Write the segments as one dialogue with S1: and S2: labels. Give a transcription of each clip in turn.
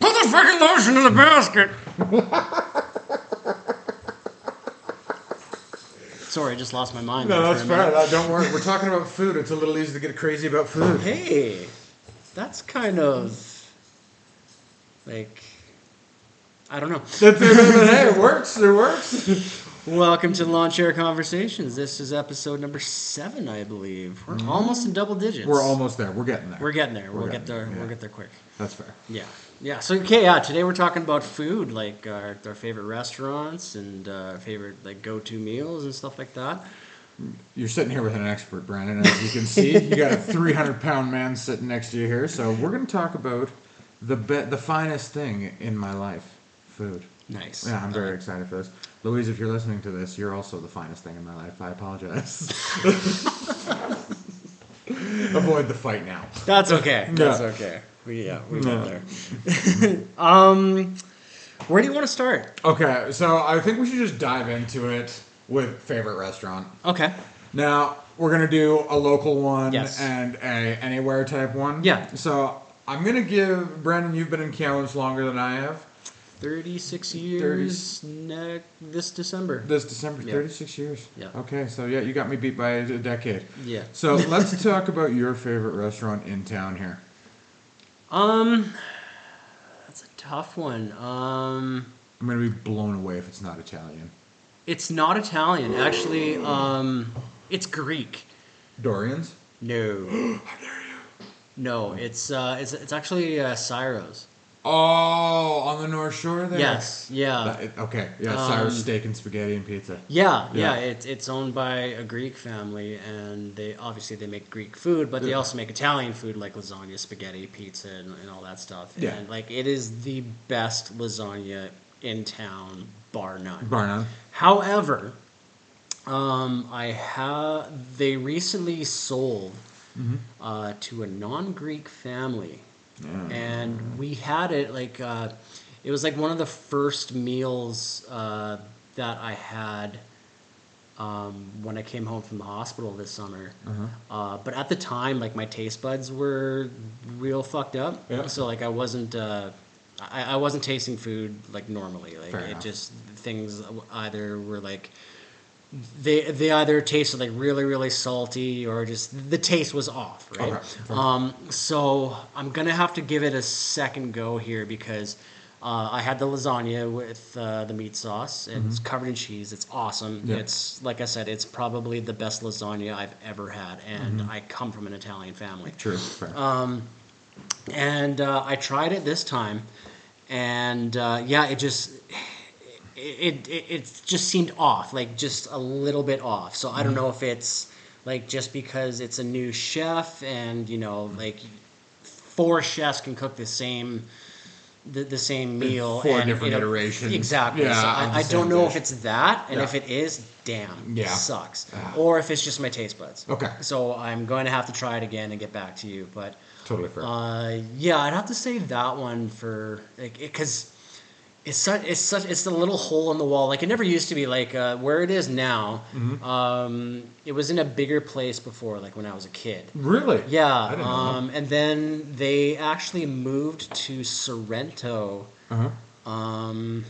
S1: fucking lotion in the basket.
S2: Sorry, I just lost my mind.
S3: No,
S2: there
S3: that's
S2: for a minute.
S3: fair. No, don't worry. We're talking about food. It's a little easy to get crazy about food.
S2: Hey, that's kind of like I don't know.
S3: That- that- that- that- hey, it works. It works.
S2: Welcome to Lawn Chair Conversations. This is episode number seven, I believe. We're almost in double digits.
S3: Mm-hmm. We're almost there. We're getting there.
S2: We're getting there. We'll
S3: getting
S2: get there.
S3: there,
S2: We'll
S3: yeah.
S2: get there quick.
S3: That's fair.
S2: Yeah, yeah. So okay, yeah. Today we're talking about food, like our, our favorite restaurants and uh, favorite like go-to meals and stuff like that.
S3: You're sitting here with an expert, Brandon. As you can see, you got a 300 pound man sitting next to you here. So we're going to talk about the be- the finest thing in my life, food.
S2: Nice.
S3: Yeah, I'm very excited for this. Louise, if you're listening to this, you're also the finest thing in my life. I apologize. Avoid the fight now.
S2: Uh, That's okay. That's
S3: Yeah.
S2: okay. We, yeah, we
S3: No.
S2: got there. um, where do you want to start?
S3: Okay, so I think we should just dive into it with favorite restaurant.
S2: Okay.
S3: Now we're gonna do a local one
S2: Yes.
S3: and a anywhere type one.
S2: Yeah.
S3: So I'm gonna give Brandon. You've been in Cowlitz longer than I have.
S2: Thirty-six years ne- this December.
S3: This December,
S2: Yeah.
S3: 36 years.
S2: Yeah.
S3: Okay, so yeah, you got me beat by a decade.
S2: Yeah.
S3: So let's talk about your favorite restaurant in town here.
S2: Um, that's a tough one. Um,
S3: I'm gonna be blown away if it's not Italian.
S2: it's not Italian, actually. Um, it's Greek.
S3: Dorian's.
S2: No. No, it's uh, it's it's actually uh, Cyros.
S3: Oh, on the North Shore there.
S2: Yes, yeah,
S3: That- it- okay. Yeah.
S2: Um,
S3: Cyrus steak and spaghetti and pizza.
S2: yeah, yeah.
S3: Yeah.
S2: It's it's owned by a Greek family, and they obviously they make Greek food, but they
S3: Yeah.
S2: also make Italian food like lasagna, spaghetti, pizza, and, and all that stuff.
S3: Yeah.
S2: And like it is the best lasagna in town, bar none.
S3: Bar none.
S2: However, um, I have they recently sold uh, to a non-Greek family, and we had it like uh, it was like one of the first meals uh, that I had um, when I came home from the hospital this summer. Uh, but at the time, like my taste buds were real fucked up,
S3: Yeah.
S2: so like I wasn't. Uh, I, I wasn't tasting food like normally. Like
S3: Fair
S2: it
S3: enough.
S2: just things either were like they they either tasted like really really salty or just the taste was off, right?
S3: Okay, fair
S2: Um, so I'm gonna have to give it a second go here because uh, I had the lasagna with uh, the meat sauce. It's covered in cheese. It's awesome.
S3: Mm-hmm. Yeah.
S2: It's like I said, it's probably the best lasagna I've ever had, and
S3: Mm-hmm.
S2: I come from an Italian family.
S3: True. Fair.
S2: Uh, And uh, I tried it this time, and uh, yeah, it just it, it it just seemed off, like just a little bit off. So I don't
S3: Mm-hmm.
S2: know if it's like just because it's a new chef, and you know,
S3: Mm-hmm.
S2: like four chefs can cook the same. The, the same meal
S3: four
S2: and,
S3: different
S2: you know,
S3: iterations.
S2: exactly
S3: Yeah,
S2: so I,
S3: on the
S2: I don't
S3: same
S2: know
S3: dish.
S2: if it's that and
S3: Yeah.
S2: if it is damn
S3: Yeah.
S2: sucks
S3: Ah.
S2: or if it's just my taste buds
S3: Okay.
S2: so i'm going to have to try it again and get back to you but
S3: totally fair.
S2: uh, yeah, I'd have to say that one for like because it's such it's such it's the little hole in the wall. Like it never used to be like uh, where it is now.
S3: Mm-hmm.
S2: Um, it was in a bigger place before, like when I was a kid.
S3: really?
S2: Yeah,
S3: I didn't know that.
S2: um, and then they actually moved to Sorrento
S3: Uh-huh.
S2: um,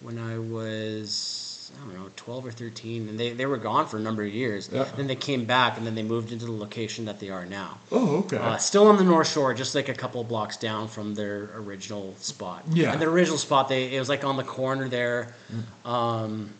S2: when I was I don't know twelve or thirteen, and they, they were gone for a number of years.
S3: Yeah.
S2: Then they came back, and then they moved into the location that they are now.
S3: Oh, okay.
S2: Uh, still on the North Shore, just like a couple blocks down from their original spot.
S3: Yeah. Mm.
S2: And the original spot, they it was like on the corner there, um,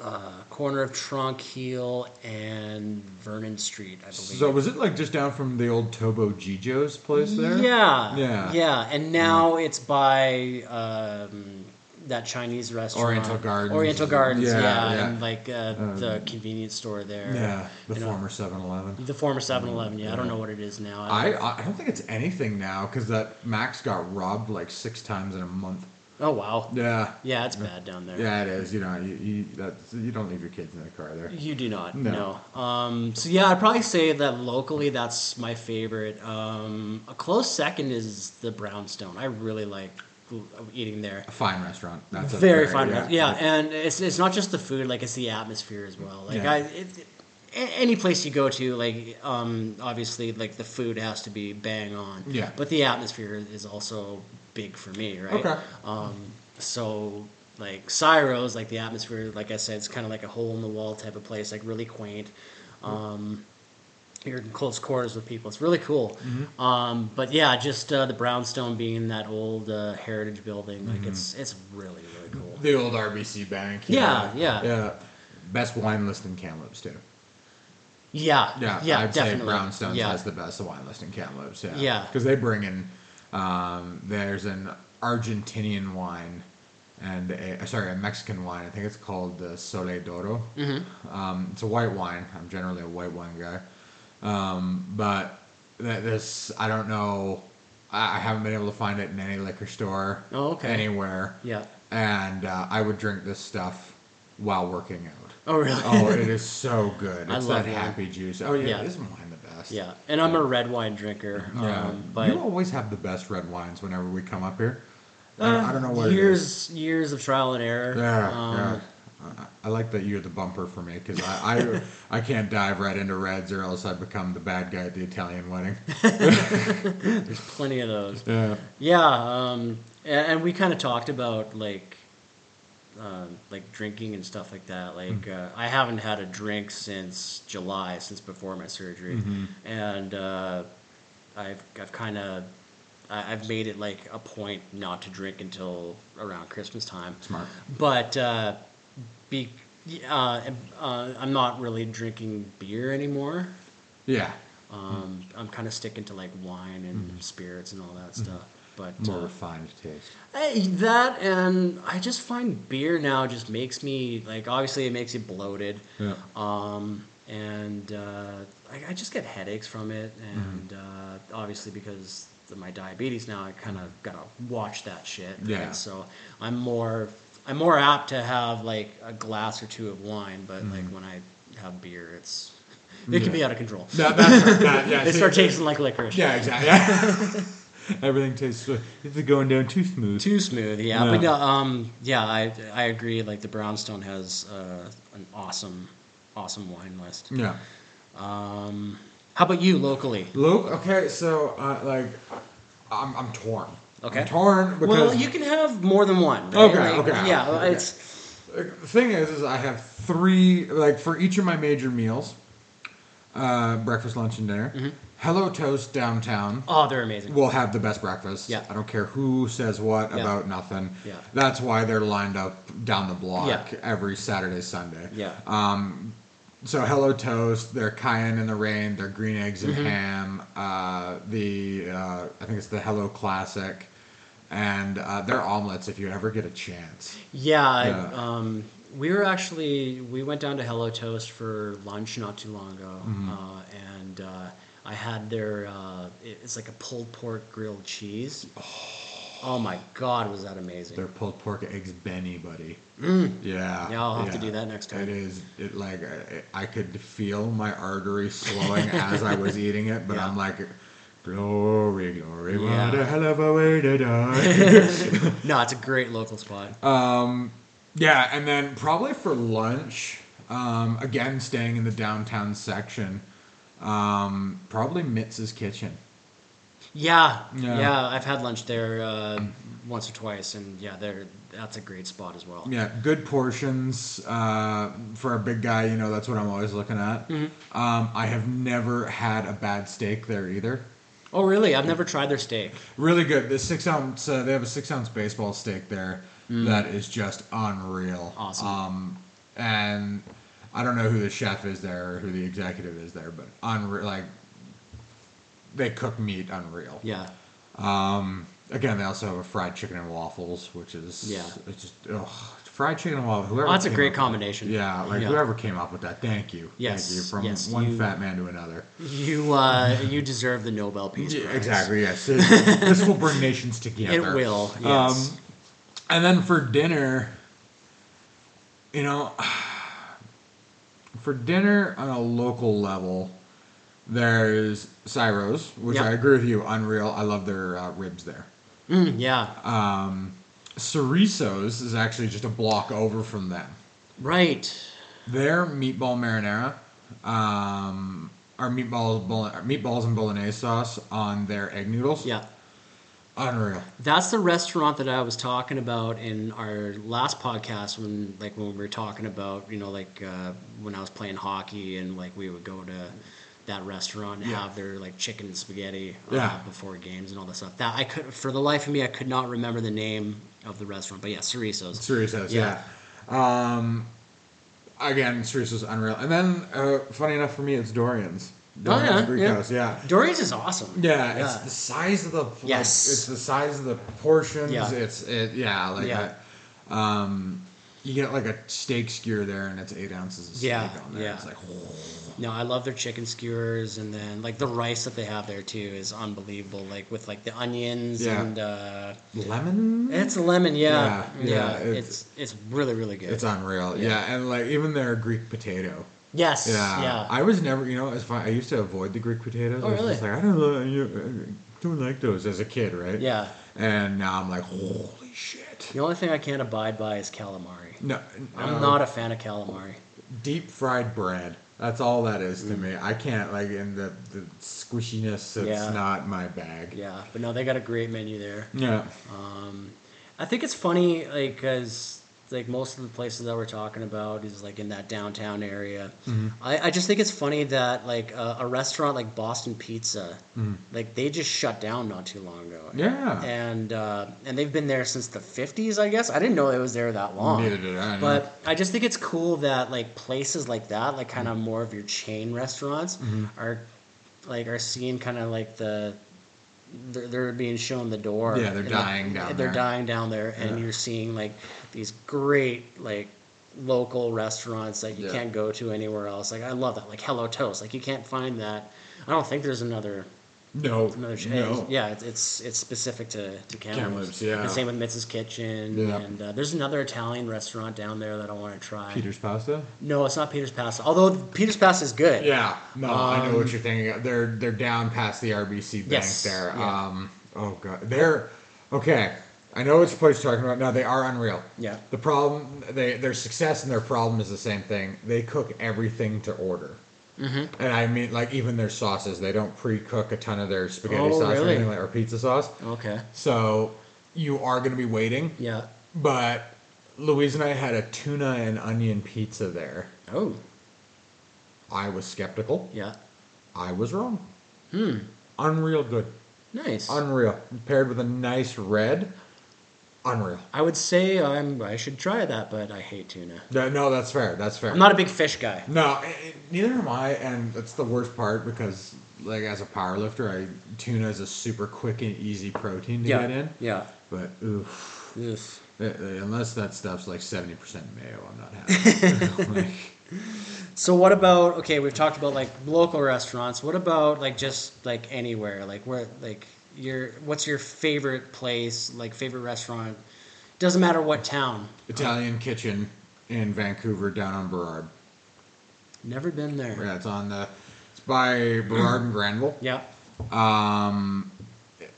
S2: uh, corner of Trunk Hill and Vernon Street, I believe.
S3: So was it like just down from the old Tobo Gijo's place there?
S2: Yeah.
S3: Yeah. Mm.
S2: Yeah. And now it's by um, that Chinese restaurant.
S3: Oriental Gardens.
S2: Oriental Gardens, yeah.
S3: Yeah, yeah. Um,
S2: And like uh, the convenience store there.
S3: Yeah, the
S2: You know,
S3: former 7-Eleven.
S2: The former 7 Eleven, yeah. I don't know what it is now. don't
S3: I, I don't think it's anything now because that Max got robbed like six times in a month.
S2: Oh, wow.
S3: Yeah,
S2: Yeah, it's bad down there.
S3: yeah, it is. You know, you you, that's, you don't leave your kids in the car there.
S2: You do not. No.
S3: No.
S2: Um, so yeah, I'd probably say that locally, that's my favorite. Um, a close second is the Brownstone. I really like eating there.
S3: A fine restaurant. That's a
S2: very fine. Yeah. yeah, and it's it's not just the food; like it's the atmosphere as well. Like
S3: Yeah.
S2: I, it, a- any place you go to, like um, obviously, like the food has to be bang on.
S3: Yeah.
S2: But the atmosphere is also big for me, right?
S3: Okay.
S2: Um, so like Cyros, like the atmosphere, like I said, it's kind of like a hole in the wall type of place, like really quaint. Um, you're in close quarters with people. It's really cool.
S3: Mm-hmm.
S2: Um, but yeah, just uh, the brownstone being that old uh, heritage building,
S3: Mm-hmm.
S2: like it's it's really really cool.
S3: The old RBC Bank.
S2: Yeah, yeah.
S3: yeah. Best wine list in Kamloops too.
S2: Yeah,
S3: Yeah,
S2: yeah,
S3: I'd
S2: definitely.
S3: say Brownstones
S2: yeah.
S3: has the best wine list in Kamloops. Yeah,
S2: Yeah.
S3: because they bring in um, there's an Argentinian wine and a uh, sorry a Mexican wine. I think it's called the Sole Doro.
S2: Mm-hmm.
S3: Um, it's a white wine. I'm generally a white wine guy, um, but that this I don't know. I I haven't been able to find it in any liquor store.
S2: Oh, okay.
S3: Anywhere.
S2: Yeah.
S3: And uh, I would drink this stuff while working out.
S2: Oh really?
S3: Oh, it is so good.
S2: I
S3: It's
S2: love
S3: that
S2: wine.
S3: happy juice. Oh yeah,
S2: Yeah.
S3: isn't wine the best?
S2: Yeah, and I'm a red wine drinker.
S3: Yeah.
S2: Um, but
S3: you always have the best red wines whenever we come up here. I don't- I don't know what it is.
S2: years years of trial and error.
S3: Yeah,
S2: Um,
S3: yeah. I- I like that you're the bumper for me because I, I I can't dive right into reds or else I become the bad guy at the Italian wedding.
S2: There's plenty of those.
S3: Yeah.
S2: Yeah, um, and, and we kind of talked about like um, like drinking and stuff like that. Like uh, I haven't had a drink since July, since before my surgery, and uh, I've I've kind of I've made it like a point not to drink until around Christmas time.
S3: Smart.
S2: but uh, be uh, uh, I'm not really drinking beer anymore.
S3: Yeah.
S2: Um, I'm kind of sticking to like wine and spirits and all that stuff. But
S3: Mm-hmm. More
S2: uh,
S3: refined taste.
S2: I, that and I just find beer now just makes me like obviously it makes you bloated.
S3: Yeah.
S2: Um, and uh, I, I just get headaches from it,
S3: Mm-hmm.
S2: and uh, obviously because of my diabetes now, I kind of gotta watch that shit. right?
S3: Yeah.
S2: So I'm more I'm more apt to have like a glass or two of wine, but like when I have beer, it's it
S3: Mm-hmm. Yeah.
S2: can be out of control.
S3: That, that's right. That- yeah,
S2: they
S3: see-
S2: start tasting like licorice.
S3: Yeah, exactly. Everything tastes. so- It's going down too smooth.
S2: Too smooth, yeah.
S3: Yeah.
S2: But no, um, yeah, I I agree. Like the brownstone has uh, an awesome, awesome wine list.
S3: yeah.
S2: Um, how about you locally?
S3: Luke, okay, so uh, like, I'm, I'm torn.
S2: Okay.
S3: I'm torn because
S2: Well, you can have more than one. right?
S3: Okay,
S2: Like,
S3: okay,
S2: Yeah,
S3: okay, okay.
S2: it's
S3: the thing is, is I have three like for each of my major meals, uh, breakfast, lunch, and dinner.
S2: Mm-hmm.
S3: Hello Toast downtown
S2: oh, they're amazing.
S3: will have the best breakfast.
S2: Yeah.
S3: I don't care who says what
S2: Yeah.
S3: about nothing.
S2: Yeah.
S3: That's why they're lined up down the block
S2: Yeah.
S3: every Saturday, Sunday.
S2: yeah,
S3: uh, So Hello Toast, their cayenne in the rain, their green eggs
S2: Mm-hmm.
S3: and ham, uh, the uh, I think it's the Hello Classic, and uh, their omelets if you ever get a chance.
S2: yeah. I-
S3: yeah.
S2: Um, we were actually we went down to Hello Toast for lunch not too long ago,
S3: Mm-hmm.
S2: uh, and uh, I had their uh, it- it's like a pulled pork grilled cheese. Oh, my god, was that amazing!
S3: Their pulled pork eggs Benny, buddy. Yeah.
S2: Mm. Yeah, I'll have to do that next time.
S3: It is it like I, I could feel my artery slowing as I was eating it, but
S2: Yeah.
S3: I'm like, glory, glory, what
S2: Yeah.
S3: a hell of a way to die.
S2: No, it's a great local spot.
S3: Uh, yeah, and then probably for lunch, um, again staying in the downtown section, um, probably Mitz's kitchen.
S2: yeah,
S3: yeah.
S2: yeah, I've had lunch there uh, once or twice, and yeah, there that's a great spot as well.
S3: Yeah, good portions uh, for a big guy. You know, that's what I'm always looking at. Um, I have never had a bad steak there either.
S2: Oh, really? I've never tried their steak.
S3: Really good. The six ounce. Uh, they have a six ounce baseball steak there that is just unreal.
S2: Awesome.
S3: Um, and I don't know who the chef is there or who the executive is there, but unreal. Like they cook meat unreal.
S2: Yeah.
S3: Again, they also have a fried chicken and waffles, which is
S2: Yeah.
S3: It's just ugh, fried chicken and waffles. Whoever
S2: Oh, that's a
S3: came
S2: great
S3: up-
S2: combination.
S3: Yeah, like
S2: Yeah.
S3: whoever came up with that, thank you.
S2: Yes,
S3: thank you. From
S2: yes,
S3: one
S2: you-
S3: fat man to another.
S2: You uh, you deserve the Nobel Peace Prize.
S3: exactly. Yes, It- this will bring nations together.
S2: It will. Yes.
S3: Um, and then for dinner, you know, for dinner on a local level, there's Cyros, which
S2: Yeah.
S3: I agree with you, unreal. I love their uh, ribs there.
S2: Mm, yeah.
S3: Uh, Ceresos is actually just a block over from them.
S2: right.
S3: Their meatball marinara um, our meatballs, bolo- our meatballs and bolognese sauce on their egg noodles.
S2: Yeah.
S3: Unreal.
S2: That's the restaurant that I was talking about in our last podcast when, like, when we were talking about, you know, like uh, when I was playing hockey and like we would go to that restaurant and
S3: Yeah.
S2: have their like chicken and spaghetti uh,
S3: Yeah.
S2: before games and all that stuff. That I could, for the life of me, I could not remember the name of the restaurant, but yeah, Cerisos.
S3: Serious as,
S2: Yeah.
S3: yeah. Um, again, Serious is unreal. And then, uh, funny enough for me, it's Dorian's.
S2: Oh, yeah,
S3: Dorian's Greek
S2: yeah.
S3: House, yeah.
S2: Dory's is awesome.
S3: Yeah, it's the size of the like,
S2: Yes.
S3: It's the size of the portions.
S2: Yeah.
S3: It's it. Yeah, like
S2: Yeah.
S3: I- um, you get like a steak skewer there, and it's eight ounces of steak
S2: Yeah,
S3: on there.
S2: yeah.
S3: It's like
S2: No, I love their chicken skewers, and then like the rice that they have there too is unbelievable. Like with like the onions
S3: Yeah.
S2: and uh,
S3: lemon.
S2: it's a lemon, yeah, yeah.
S3: Yeah, yeah,
S2: it's,
S3: it's-
S2: it's really really good.
S3: It's unreal. Yeah. and like even their Greek potato.
S2: yes,
S3: Yeah.
S2: yeah.
S3: I was never, you know, it's fine. I used to avoid the Greek potatoes.
S2: Oh,
S3: I was
S2: really?
S3: just like I don't know, you I don't like those as a kid, right?
S2: Yeah.
S3: And now I'm like, holy shit.
S2: the only thing I can't abide by is calamari.
S3: No,
S2: I'm
S3: uh,
S2: not a fan of calamari.
S3: deep fried bread. That's all that is
S2: Mm.
S3: to me. I can't like in the, the squishiness. It's
S2: Yeah.
S3: not my bag.
S2: Yeah, but no, they got a great menu there.
S3: Yeah.
S2: Um, I think it's funny, like, because like most of the places that we're talking about is like in that downtown area.
S3: Mm-hmm.
S2: I, I just think it's funny that like a a restaurant like Boston Pizza, like they just shut down not too long ago.
S3: Mm-hmm. Mm. Yeah.
S2: And uh, and they've been there since the '50s, I guess. I didn't know it was there that long.
S3: Neither did I, no.
S2: But I just think it's cool that like places like that, like
S3: Mm-hmm.
S2: kind of more of your chain restaurants, are like are seeing kind of like the they're, they're being shown the door.
S3: Yeah, they're
S2: and,
S3: dying
S2: like,
S3: down
S2: They're
S3: there.
S2: dying down there, and
S3: Yeah.
S2: you're seeing like these great like local restaurants that you
S3: Yeah.
S2: can't go to anywhere else. Like I love that. Like Hello Toast. Like you can't find that. I don't think there's another
S3: no.
S2: another chain.
S3: no.
S2: Yeah, it's it's, it's specific to to Kamloops.
S3: Kamloops, yeah.
S2: And same with Mitz's Kitchen.
S3: Yeah.
S2: And uh, there's another Italian restaurant down there that I want to try.
S3: Peter's pasta.
S2: No, it's not Peter's Pasta. Although Peter's Pasta is good.
S3: Yeah. No, I know what you're thinking. of. They're they're down past the RBC bank
S2: Um, Yes,
S3: there.
S2: yeah.
S3: Um. Oh god. They're okay. I know which place you're talking about. No, they are unreal.
S2: Yeah.
S3: The problem, they their success and their problem is the same thing. They cook everything to order. Mm-hmm. And I mean, like even their sauces, they don't pre-cook a ton of their spaghetti
S2: Oh,
S3: sauce or
S2: really?
S3: anything like or pizza sauce.
S2: Okay.
S3: So you are going to be waiting.
S2: Yeah.
S3: But Louise and I had a tuna and onion pizza there.
S2: Oh.
S3: I was skeptical.
S2: Yeah.
S3: I was wrong. Hmm. Unreal good.
S2: Nice.
S3: Unreal. Paired with a nice red. Unreal.
S2: I would say I'm. I should try that, but I hate tuna.
S3: No, no, that's fair. That's fair.
S2: I'm not a big fish guy.
S3: No, eh, eh, neither am I, and that's the worst part because, like, as a power lifter, I tuna is a super quick and easy protein to
S2: Yeah.
S3: get in.
S2: Yeah.
S3: But oof,
S2: Oof.
S3: Eh, eh, unless that stuff's like seventy percent mayo, I'm not happy. Like,
S2: So what about okay? We've talked about like local restaurants. What about like just like anywhere? Like where like your what's your favorite place? Like favorite restaurant? Doesn't matter what town.
S3: Italian kitchen in Vancouver, down on Burrard.
S2: Never been there.
S3: Yeah, it's on the. It's by Burrard and Granville.
S2: Yeah.
S3: Um,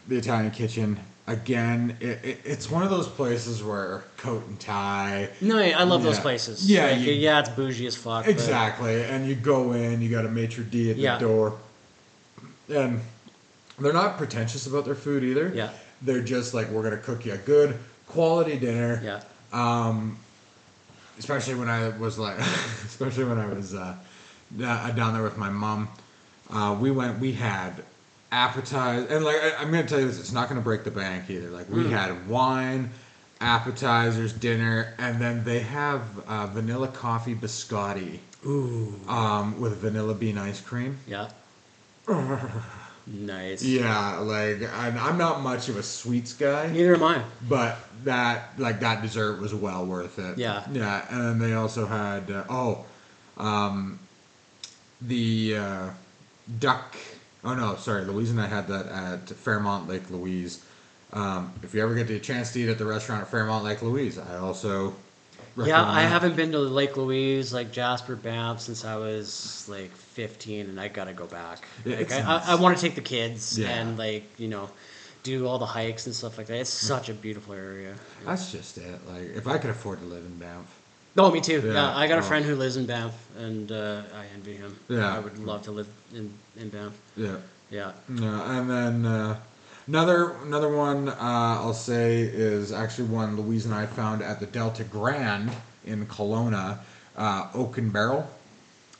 S3: the Italian kitchen again. It, it, it's one of those places where coat and tie.
S2: No, I love those
S3: Yeah.
S2: places.
S3: Yeah,
S2: Like,
S3: you-
S2: yeah, it's bougie as fuck. but-
S3: Exactly, and you go in, you got a maitre d at
S2: Yeah.
S3: the door, and they're not pretentious about their food either.
S2: Yeah.
S3: they're just like we're gonna cook you a good quality dinner.
S2: yeah.
S3: especially when I was like, especially when I was uh, da- down there with my mom. Uh, we went, we had appetizer, and like I, I'm gonna tell you this, it's not gonna break the bank either. Like we had wine, appetizers, dinner, and then they have uh, vanilla coffee biscotti
S2: Ooh.
S3: um, with vanilla bean ice cream.
S2: Yeah. nice.
S3: Yeah, like and I'm not much of a sweets guy.
S2: Neither am I.
S3: But that like that dessert was well worth it.
S2: Yeah.
S3: Yeah, and then they also had uh, oh, um, the uh, duck. Oh no, sorry, Louise and I had that at Fairmont Lake Louise. Um, if you ever get the chance to eat at the restaurant at Fairmont Lake Louise, I also.
S2: Yeah,
S3: recommend
S2: I
S3: that.
S2: haven't been to Lake Louise, like Jasper Banff, since I was like 15, and I gotta go back.
S3: Yeah,
S2: like,
S3: it's
S2: I,
S3: nice.
S2: I, I want to take the kids
S3: Yeah.
S2: and like you know, do all the
S3: Mm.
S2: hikes and stuff like that. It's such a beautiful area.
S3: That's just it. Like, if I could afford to live in Banff,
S2: No, me too. Yeah,
S3: Yeah,
S2: I got a
S3: well.
S2: friend who lives in Banff, and uh, I envy him.
S3: Yeah.
S2: I would love to live in, in Banff.
S3: Yeah.
S2: Yeah.
S3: Yeah, and then uh, another another one uh, I'll say is actually one Louise and I found at the Delta Grand in Kelowna, uh, Oak and Barrel.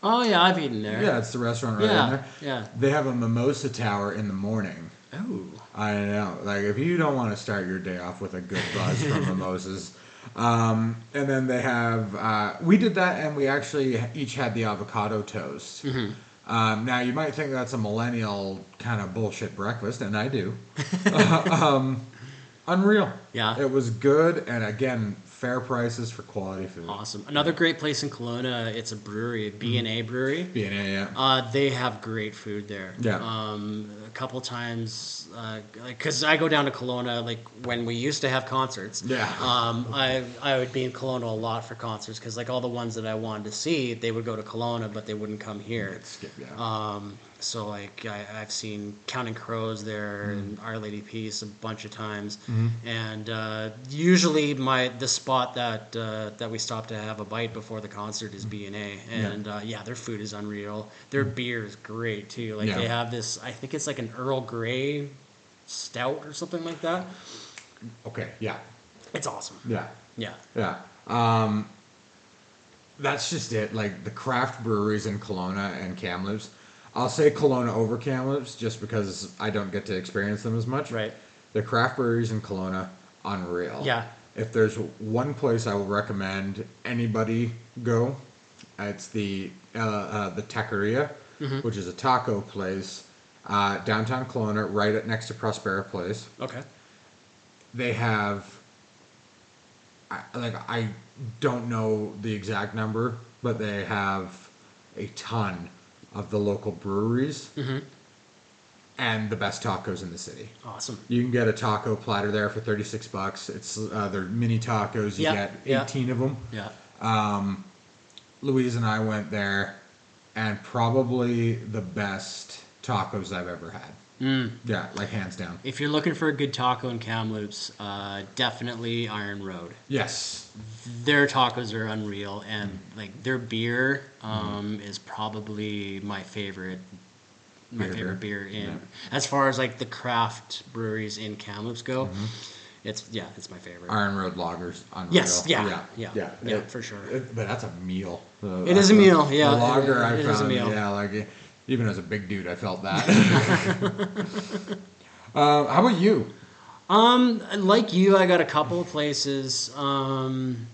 S2: Oh yeah, I've eaten there.
S3: Yeah, it's the restaurant right in
S2: Yeah.
S3: there.
S2: Yeah.
S3: They have a mimosa tower in the morning.
S2: Oh.
S3: I know. Like, if you don't want to start your day off with a good buzz from mimosas, um, and then they have uh, we did that, and we actually each had the avocado toast. Um, now you might think that's a millennial kind of bullshit breakfast, and I do. um, unreal.
S2: Yeah.
S3: it was good, and again, fair prices for quality food.
S2: Awesome. Another great place in Kelowna. It's a brewery, B and A brewery.
S3: B and A, yeah.
S2: Uh, they have great food there.
S3: Yeah.
S2: Um, a couple times, uh, like, cause I go down to Kelowna, like when we used to have concerts.
S3: Yeah.
S2: Um, I I would be in Kelowna a lot for concerts, cause like all the ones that I wanted to see, they would go to Kelowna, but they wouldn't come here.
S3: Skip, yeah.
S2: Um, so like I, I've seen Counting Crows there and Our Lady Peace a bunch of times, and uh, usually my the spot that uh, that we stop to have a bite before the concert is B and A, and uh, Mm-hmm. yeah, Mm-hmm. their food is unreal. Their beer is great too. Like they
S3: Yeah.
S2: have this, I think it's like an Earl Grey stout or something like that.
S3: okay, yeah,
S2: It's awesome.
S3: yeah.
S2: Yeah.
S3: Yeah. Um, that's just it. Like the craft breweries in Kelowna and Kamloops. I'll say Kelowna over Kamloops just because I don't get to experience them as much.
S2: Right.
S3: The craft breweries in Kelowna, unreal.
S2: Yeah.
S3: If there's one place I will recommend anybody go, it's the uh, uh, the Taqueria,
S2: Mm-hmm.
S3: which is a taco place uh, downtown Kelowna, right at, next to Prospera Place
S2: Okay.
S3: they have I, like I don't know the exact number, but they have a ton of the local breweries
S2: Mm-hmm.
S3: and the best tacos in the city.
S2: Awesome.
S3: You can get a taco platter there for thirty six bucks. It's uh, they're mini tacos. You
S2: Yeah, yeah.
S3: get eighteen of them.
S2: Yeah.
S3: Louise and I went there, and probably the best tacos I've ever had. Mm. Yeah, like hands down.
S2: If you're looking for a good taco in Kamloops, uh, definitely Iron Road.
S3: Yes,
S2: their tacos are unreal and like their beer um, is probably my favorite my
S3: Beer,
S2: favorite
S3: beer.
S2: beer in as far as like the craft breweries in Kamloops go
S3: Mm-hmm.
S2: it's yeah it's my favorite
S3: Iron Road Loggers on
S2: Yes,
S3: rail.
S2: yeah, yeah, yeah, for sure.
S3: It- but that's a meal. Uh,
S2: It is a
S3: that's
S2: meal, yeah,
S3: The lager
S2: it-
S3: I
S2: it is a
S3: found.
S2: meal.
S3: Yeah, like even as a big dude, I felt that. uh, how about you?
S2: Um, like you, I got a couple of places. Um,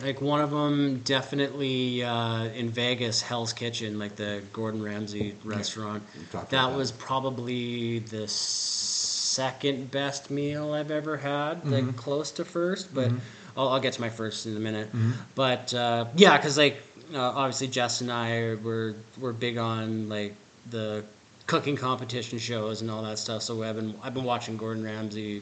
S2: like one of them, definitely uh, in Vegas, Hell's Kitchen, like the Gordon Ramsay restaurant.
S3: we talked about
S2: That
S3: that.
S2: was probably the second best meal I've ever had, like
S3: Mm-hmm.
S2: close to first, but I'll, I'll get to my first in a minute.
S3: Mm-hmm.
S2: But uh, yeah, because like uh, obviously Jess and I were were big on like the cooking competition shows and all that stuff. So I've been I've been watching Gordon Ramsay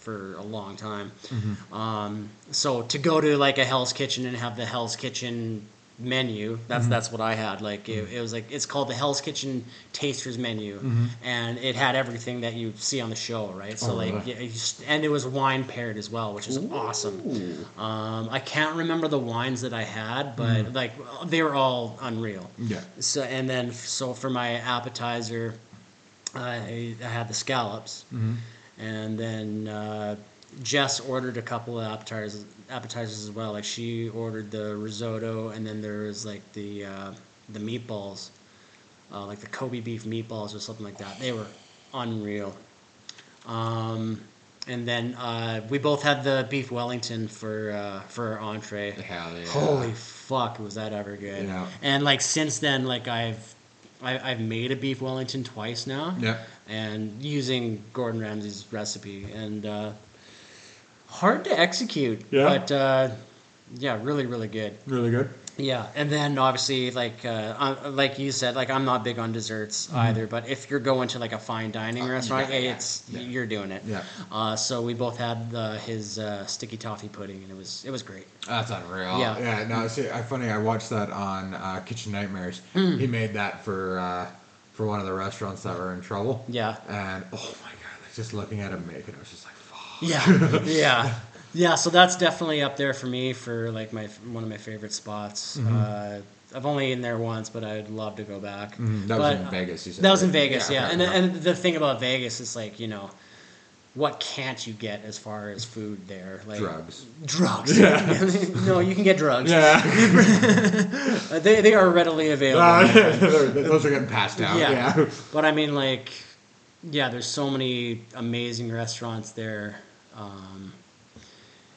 S2: for a long time.
S3: Mm-hmm.
S2: Um, so to go to like a Hell's Kitchen and have the Hell's Kitchen menu,
S3: Mm-hmm.
S2: that's that's what I had. Like it, it was like it's called the Hell's Kitchen Tasters Menu, and it had everything that you see on the show, right? So
S3: Mm-hmm. Oh,
S2: like,
S3: really?
S2: yeah, you s- and it was wine paired as well, which is awesome. Um, I can't remember the wines that I had, but
S3: Mm-hmm.
S2: like they were all unreal.
S3: Yeah.
S2: So and then so for my appetizer, I, I had the scallops, and then uh, Jess ordered a couple of appetizers, appetizers as well. Like she ordered the risotto, and then there was like the uh, the meatballs, uh, like the Kobe beef meatballs or something like that. They were unreal. Um, and then uh, we both had the beef Wellington for uh, for our entree.
S3: Hell yeah.
S2: Holy fuck, was that ever good?
S3: Yeah.
S2: And like since then, like I've I, I've made a beef Wellington twice now.
S3: Yeah.
S2: And using Gordon Ramsay's recipe and uh, hard to execute.
S3: Yeah.
S2: But uh, yeah, really, really good.
S3: Really good.
S2: Yeah, and then obviously, like uh, uh, like you said, like I'm not big on desserts either. But if you're going to like a fine dining restaurant,
S3: Mm-hmm. Uh, yeah, yeah,
S2: it's
S3: yeah.
S2: you're doing it.
S3: Yeah.
S2: Uh, so we both had uh, his uh, sticky toffee pudding, and it was it was great.
S3: That's unreal.
S2: Yeah.
S3: Yeah. No, see, I, funny. I watched that on uh, Kitchen Nightmares.
S2: Mm.
S3: He made that for uh, for one of the restaurants that were in trouble.
S2: Yeah.
S3: And oh my god, like, just looking at him make it, I was just like, fuck.
S2: Yeah, yeah. Yeah, so that's definitely up there for me for like my one of my favorite spots.
S3: Mm-hmm.
S2: Uh, I've only been there once, but I'd love to go back.
S3: Mm,
S2: But,
S3: that was in
S2: uh,
S3: Vegas. You said
S2: That was in
S3: right?
S2: Vegas, yeah.
S3: okay,
S2: And
S3: okay.
S2: and the thing about Vegas is like you know, what can't you get as far as food there? Like
S3: drugs.
S2: Drugs. no, you can get drugs.
S3: Yeah,
S2: Uh, they they are readily available.
S3: those are getting passed out.
S2: Yeah.
S3: Yeah,
S2: But I mean, like, yeah, there's so many amazing restaurants there. Um,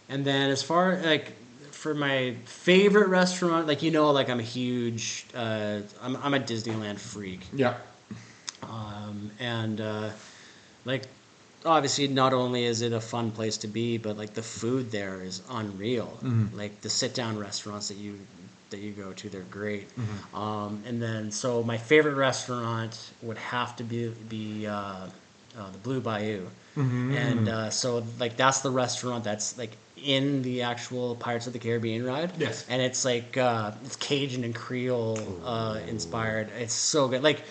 S2: and then as far like for my favorite restaurant, like you know, like I'm a huge, uh, I'm I'm a Disneyland freak,
S3: yeah.
S2: um, and uh, like obviously not only is it a fun place to be, but like the food there is unreal. Like the sit down restaurants that you that you go to, they're great. Um, and then so my favorite restaurant would have to be be uh, uh, the Blue Bayou. And uh, so, like, that's the restaurant that's like in the actual Pirates of the Caribbean ride.
S3: Yes.
S2: and it's like uh, it's Cajun and Creole uh, inspired. It's so good. Like,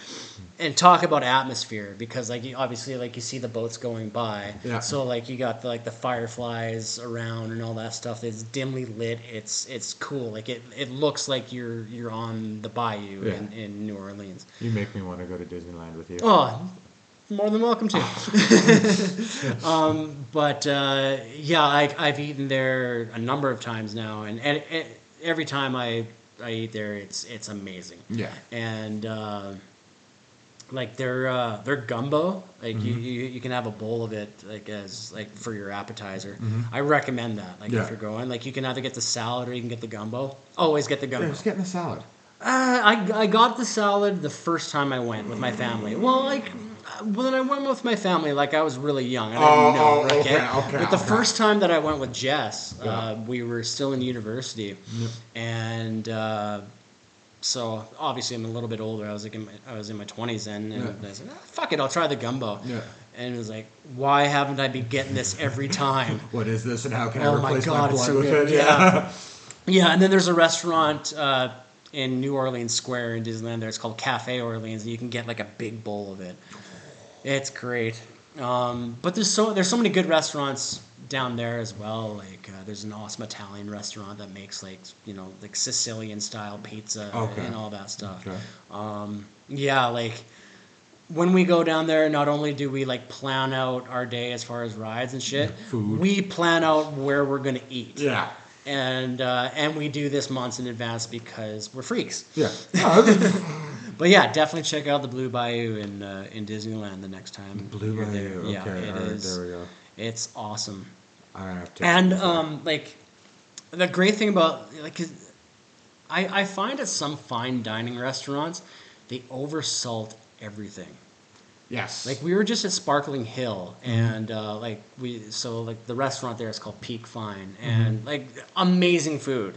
S2: and talk about atmosphere because like you, obviously like you see the boats going by.
S3: Yeah.
S2: So like you got the, like the fireflies around and all that stuff. It's dimly lit. It's it's cool. Like it it looks like you're you're on the bayou
S3: Yeah.
S2: in, in New Orleans.
S3: You make me want to go to Disneyland with you.
S2: Oh, more than welcome to. um, but uh, yeah, I, I've eaten there a number of times now, and, and, and every time I, I eat there, it's it's amazing.
S3: Yeah.
S2: And uh, like their uh, their gumbo, like you, you you can have a bowl of it like as like for your appetizer. I recommend that. Like
S3: Yeah.
S2: if you're going, like you can either get the salad or you can get the gumbo. Always get the
S3: I
S2: gumbo.
S3: was getting a salad.
S2: Uh, I, I got the salad the first time I went with my family. Well, like when I went with my family, like I was really young. I didn't
S3: Oh,
S2: know.
S3: oh,
S2: okay?
S3: okay, okay,
S2: But the
S3: okay.
S2: first time that I went with Jess,
S3: Yeah.
S2: uh, we were still in university, and uh, so obviously I'm a little bit older. I was like in my, I was in my twenties then, and
S3: Yeah.
S2: I said, "Ah, "Fuck it, I'll try the gumbo."
S3: Yeah.
S2: And it was like, why haven't I been getting this every time?
S3: What is this, and how can
S2: Oh
S3: I
S2: my
S3: replace my,
S2: God, it's
S3: blood
S2: so
S3: with
S2: good.
S3: it?
S2: Yeah. Yeah, and then there's a restaurant uh, in New Orleans Square in Disneyland. There, it's called Cafe Orleans, and you can get like a big bowl of it. It's great. Um, but there's so there's so many good restaurants down there as well. Like uh, there's an awesome Italian restaurant that makes like you know like Sicilian style pizza
S3: Okay.
S2: and all that stuff.
S3: Okay.
S2: Um, yeah, like when we go down there, not only do we like plan out our day as far as rides and shit,
S3: Food.
S2: we plan out where we're gonna eat
S3: Yeah.
S2: and uh, and we do this months in advance because we're freaks.
S3: Yeah. Oh,
S2: But yeah, definitely check out the Blue Bayou in uh, in Disneyland the next time.
S3: Blue
S2: you're
S3: Bayou.
S2: there.
S3: Okay.
S2: Yeah, it
S3: all right,
S2: is.
S3: There we go.
S2: It's awesome.
S3: I'm gonna have to.
S2: And um, like the great thing about like 'cause I I find at some fine dining restaurants they oversalt everything.
S3: yes.
S2: Like we were just at Sparkling Hill, and uh, like we so like the restaurant there is called Peak Fine,
S3: Mm-hmm.
S2: and like amazing food.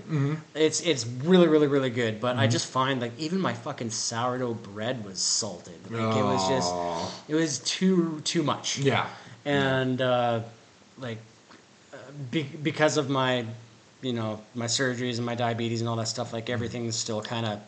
S2: It's it's really really really good. But
S3: Mm-hmm.
S2: I just find like even my fucking sourdough bread was salted. Like it was just
S3: Oh.
S2: it was too too much.
S3: Yeah.
S2: And uh, like uh, be, because of my you know my surgeries and my diabetes and all that stuff, like everything's still kind of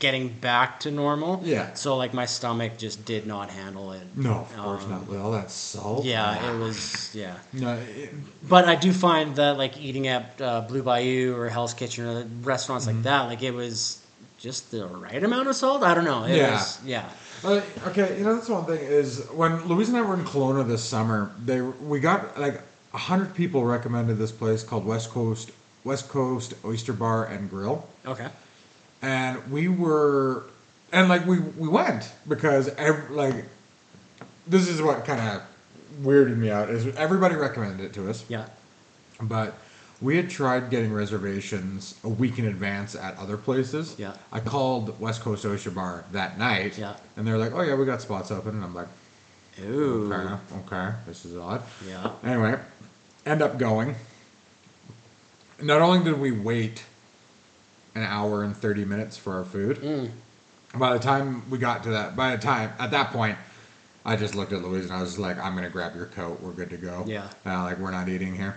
S2: getting back to normal.
S3: Yeah.
S2: So like my stomach just did not handle it.
S3: No, of course
S2: Um,
S3: not. With all that salt.
S2: Yeah, it was. Yeah,
S3: No. It,
S2: but I do find that like eating at uh, Blue Bayou or Hell's Kitchen or restaurants
S3: Mm-hmm.
S2: like that, like it was just the right amount of salt. I don't know. It
S3: Yeah.
S2: was yeah.
S3: Uh, okay, you know that's one thing is when Louise and I were in Kelowna this summer, they we got like hundred people recommended this place called West Coast West Coast Oyster Bar and Grill,
S2: Okay.
S3: and we were and like we we went because ev like this is what kind of weirded me out is everybody recommended it to us,
S2: Yeah.
S3: but we had tried getting reservations a week in advance at other places.
S2: Yeah.
S3: I called West Coast Oyster Bar that night.
S2: Yeah.
S3: And they're like, "Oh yeah, we got spots open," and I'm like,
S2: Ooh.
S3: "Okay, okay, this is odd."
S2: Yeah.
S3: Anyway, end up going. Not only did we wait an hour and thirty minutes for our food,
S2: Mm.
S3: by the time we got to that, by the time at that point. I just looked at Louise and I was just like, I'm gonna grab your coat. We're good to go.
S2: Yeah.
S3: Uh, like we're not eating here.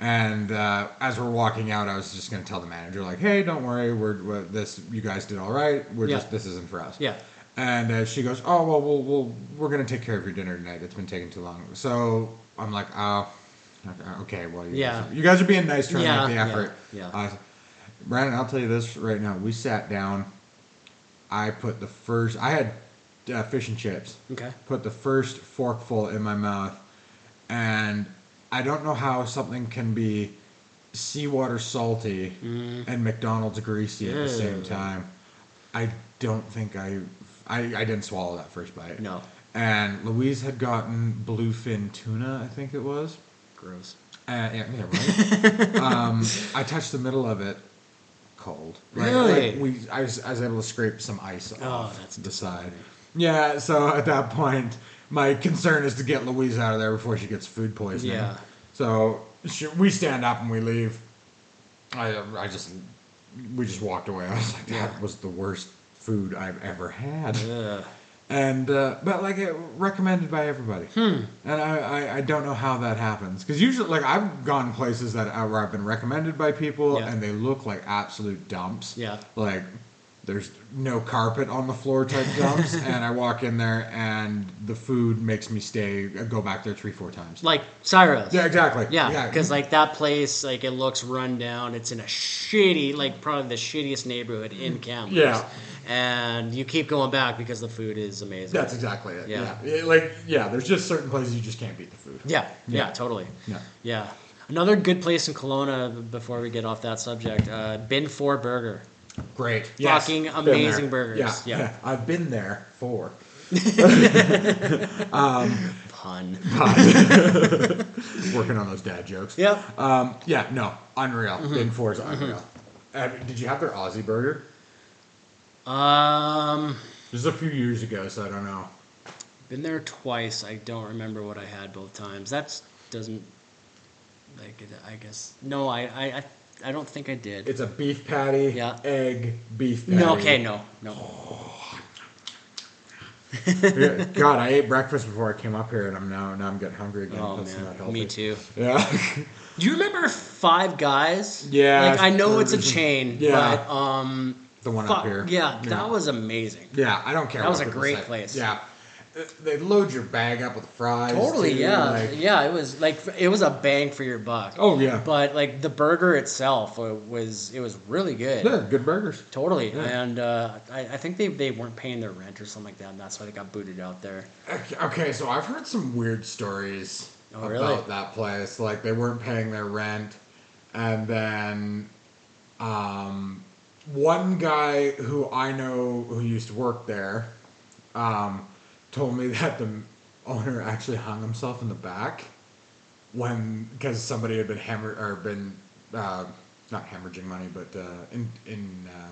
S3: And uh, as we're walking out, I was just gonna tell the manager like, Hey, don't worry. We're, we this. You guys did all right. We're
S2: Yeah.
S3: just this isn't for us.
S2: Yeah.
S3: And uh, she goes, "Oh well, we'll, we'll we're gonna take care of your dinner tonight. It's been taking too long." So I'm like, "Oh, Okay, well, you
S2: Yeah.
S3: guys, you guys are being nice trying
S2: Yeah,
S3: to make the
S2: yeah,
S3: effort.
S2: yeah.
S3: Uh, Brandon, I'll tell you this right now. We sat down. I put the first. I had uh, fish and chips.
S2: Okay.
S3: Put the first forkful in my mouth, and I don't know how something can be seawater salty and McDonald's greasy at the same
S2: Ew.
S3: time. I don't think I, I, I didn't swallow that first bite.
S2: No.
S3: And Louise had gotten bluefin tuna, I think it was.
S2: Gross.
S3: Uh, yeah, yeah, right. um, I touched the middle of it, cold. Like-
S2: Really?
S3: Like we, I was, I was able to scrape some ice
S2: Oh,
S3: off
S2: that's
S3: the side. Yeah. So at that point, my concern is to get Louise out of there before she gets food poisoning.
S2: Yeah.
S3: So she, we stand up and we leave. I, I just, we just walked away. I was like, that was the worst food I've ever had
S2: Ugh.
S3: and uh, but like it recommended by everybody
S2: Hmm.
S3: and I, I i don't know how that happens because usually like i've gone places that I, where i've been recommended by people
S2: Yeah.
S3: and they look like absolute dumps
S2: Yeah.
S3: like there's no carpet on the floor type dumps and i walk in there and the food makes me stay uh, go back there three four times
S2: Like Cyrus.
S3: yeah exactly
S2: Yeah, because like that place, like it looks run down. It's in a shitty, like probably the shittiest neighborhood in Kamloops.
S3: Mm-hmm. Yeah.
S2: and you keep going back because the food is amazing.
S3: that's exactly it
S2: Yeah.
S3: yeah. It- like yeah there's just certain places you just can't beat the food
S2: yeah, yeah,
S3: Yeah.
S2: totally.
S3: Yeah.
S2: yeah. Another good place in Kelowna. b- Before we get off that subject, uh, Bin Four Burger.
S3: great
S2: Fucking
S3: been there.
S2: amazing burgers. Yeah.
S3: i've been there for
S2: Pun.
S3: working on those dad jokes.
S2: Yep.
S3: Um, yeah, no, unreal.
S2: Mm-hmm.
S3: Bin 4 is unreal. Uh, did you have their Aussie burger?
S2: Um,
S3: This is a few years ago, so I don't know.
S2: been there twice. I don't remember what I had both times. That's doesn't like it, I guess no. I I I, I don't think I did.
S3: It's a beef patty,
S2: Yeah.
S3: egg, beef patty.
S2: no. Okay. No. No.
S3: Oh, Yeah, God, I ate breakfast before I came up here, and I'm now now I'm getting hungry again.
S2: Oh
S3: That's not
S2: man,
S3: healthy.
S2: me too.
S3: Yeah,
S2: Do you remember Five Guys?
S3: Yeah,
S2: Like I know it's a
S3: burgers and-
S2: chain,
S3: Yeah.
S2: but um,
S3: the one up
S2: fuck,
S3: here.
S2: yeah, that was amazing.
S3: Yeah, I don't care.
S2: That
S3: what
S2: was a
S3: people
S2: great
S3: say.
S2: place.
S3: Yeah, Uh, they load your bag up with fries.
S2: Totally,
S3: too,
S2: yeah,
S3: like-
S2: yeah. It was like it was a bang for your buck.
S3: oh yeah,
S2: But like the burger itself uh, was, it was really good.
S3: they're good burgers.
S2: Totally,
S3: Yeah.
S2: and uh, I, I think they, they weren't paying their rent or something like that, and that's why they got booted out there.
S3: Okay- Okay, so I've heard some weird stories
S2: Oh,
S3: about
S2: really?
S3: that place. Like they weren't paying their rent, and then um, one guy who I know who used to work there um, told me that the owner actually hung himself in the back when because somebody had been hammer or been uh, not hemorrhaging money, but uh, in in. Uh,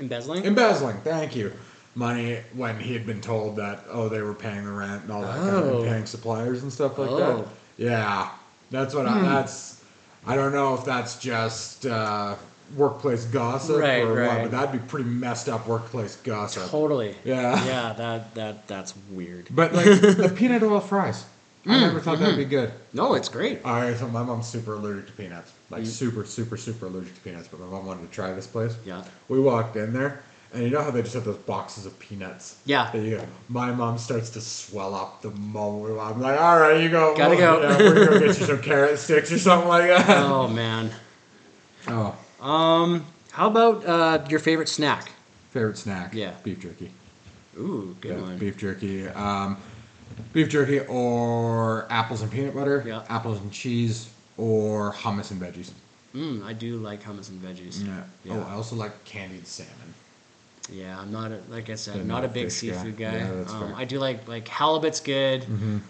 S2: Embezzling?
S3: embezzling. Thank you. Money when he had been told that oh they were paying the rent and all that kind of
S2: Oh.
S3: and paying suppliers and stuff like
S2: Oh. Hmm.
S3: that. Yeah, that's what I that's. I don't know if that's just uh, workplace gossip
S2: Right,
S3: or
S2: right.
S3: what, but that'd be pretty messed up workplace gossip.
S2: totally.
S3: Yeah.
S2: Yeah. That that that's weird.
S3: But like the peanut oil fries, I
S2: Hmm,
S3: never thought that'd be good.
S2: No, it's great.
S3: I so my mom's super allergic to peanuts,
S2: Mm.
S3: like super, super, super allergic to peanuts. But my mom wanted to try this place.
S2: Yeah.
S3: We walked in there, and you know how they just have those boxes of peanuts.
S2: Yeah.
S3: That you go. My mom starts to swell up the moment. I'm like, all right, you go.
S2: Gotta
S3: well,
S2: go."
S3: Yeah, we're gonna get you some carrot sticks or something like that.
S2: Oh man.
S3: Oh,
S2: Um, how about uh, your favorite snack?
S3: favorite snack?
S2: Yeah.
S3: beef jerky.
S2: Ooh, good
S3: Yeah,
S2: one.
S3: Beef jerky. Um, beef jerky or apples and peanut butter.
S2: Yeah.
S3: Apples and cheese or hummus and veggies.
S2: Mm, I do like hummus and veggies.
S3: Yeah.
S2: Mm, Yeah.
S3: Oh, I also like candied salmon.
S2: Yeah, I'm not a, like I said,
S3: They're
S2: I'm not
S3: not
S2: a big
S3: fish guy.
S2: seafood guy.
S3: Yeah, that's
S2: um,
S3: fair. Mm-hmm.
S2: I do like like halibut's good.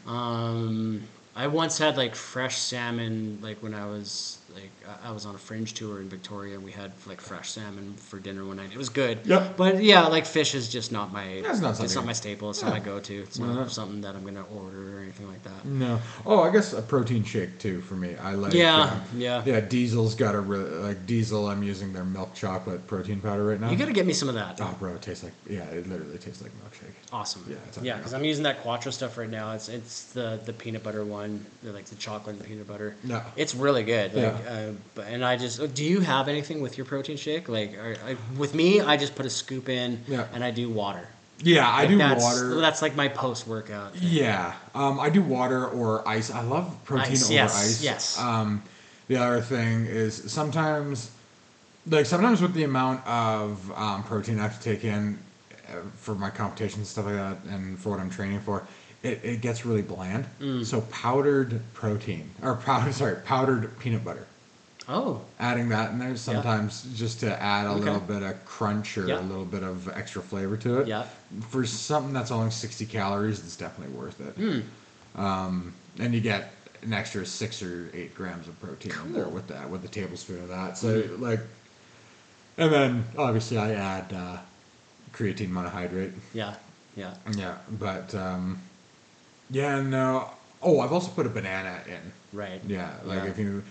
S2: Um, I once had like fresh salmon like when I was like I- I was on a fringe tour in Victoria and we had like fresh salmon for dinner one night. It was good.
S3: Yep.
S2: But yeah, like fish is just not my
S3: That's not
S2: it's not
S3: something-
S2: my staple. It's not
S3: Yeah.
S2: my go-to. It's
S3: Why
S2: not,
S3: not?
S2: something that I'm going to order or anything like that.
S3: No. Oh, I guess a protein shake too for me. I like.
S2: Yeah,
S3: um,
S2: yeah.
S3: Yeah. Diesel's got a really like Diesel. I'm using their milk chocolate protein powder right now.
S2: You got to get me some of that.
S3: Oh, bro, it tastes like yeah. It literally tastes like milkshake.
S2: Awesome.
S3: Yeah, it's
S2: yeah,
S3: unreal.
S2: because I'm using that Quattro stuff right now. It's it's the the peanut butter one, the, like the chocolate and peanut butter.
S3: No.
S2: it's really good. Like,
S3: Yeah.
S2: uh, but, and I just do you have anything with your protein shake? Like, are, I, with me, I just put a scoop in,
S3: Yeah.
S2: and I do water.
S3: Yeah, I do
S2: that's,
S3: water.
S2: That's like my post workout.
S3: Yeah, um, I do water or ice. I love protein
S2: Ice,
S3: over
S2: yes,
S3: ice.
S2: yes.
S3: Um, the other thing is sometimes, like sometimes with the amount of um, protein I have to take in uh, for my competitions and stuff like that, and for what I'm training for, it, it gets really bland.
S2: Mm.
S3: So powdered protein or powder, sorry, powdered peanut butter.
S2: Oh,
S3: Adding that in there sometimes just to add a
S2: Okay.
S3: little bit of crunch or
S2: Yeah.
S3: a little bit of extra flavor to it
S2: yeah.
S3: for something that's only 60 calories, it's definitely worth it.
S2: Hmm.
S3: Um, and you get an extra six or eight grams of protein in there with that, with a tablespoon of that. So,
S2: Hmm.
S3: like, and then obviously I add uh, creatine monohydrate.
S2: Yeah. Yeah.
S3: Yeah, but um, yeah, no. Oh, I've also put a banana in.
S2: Right.
S3: Yeah, like
S2: Yeah.
S3: if you,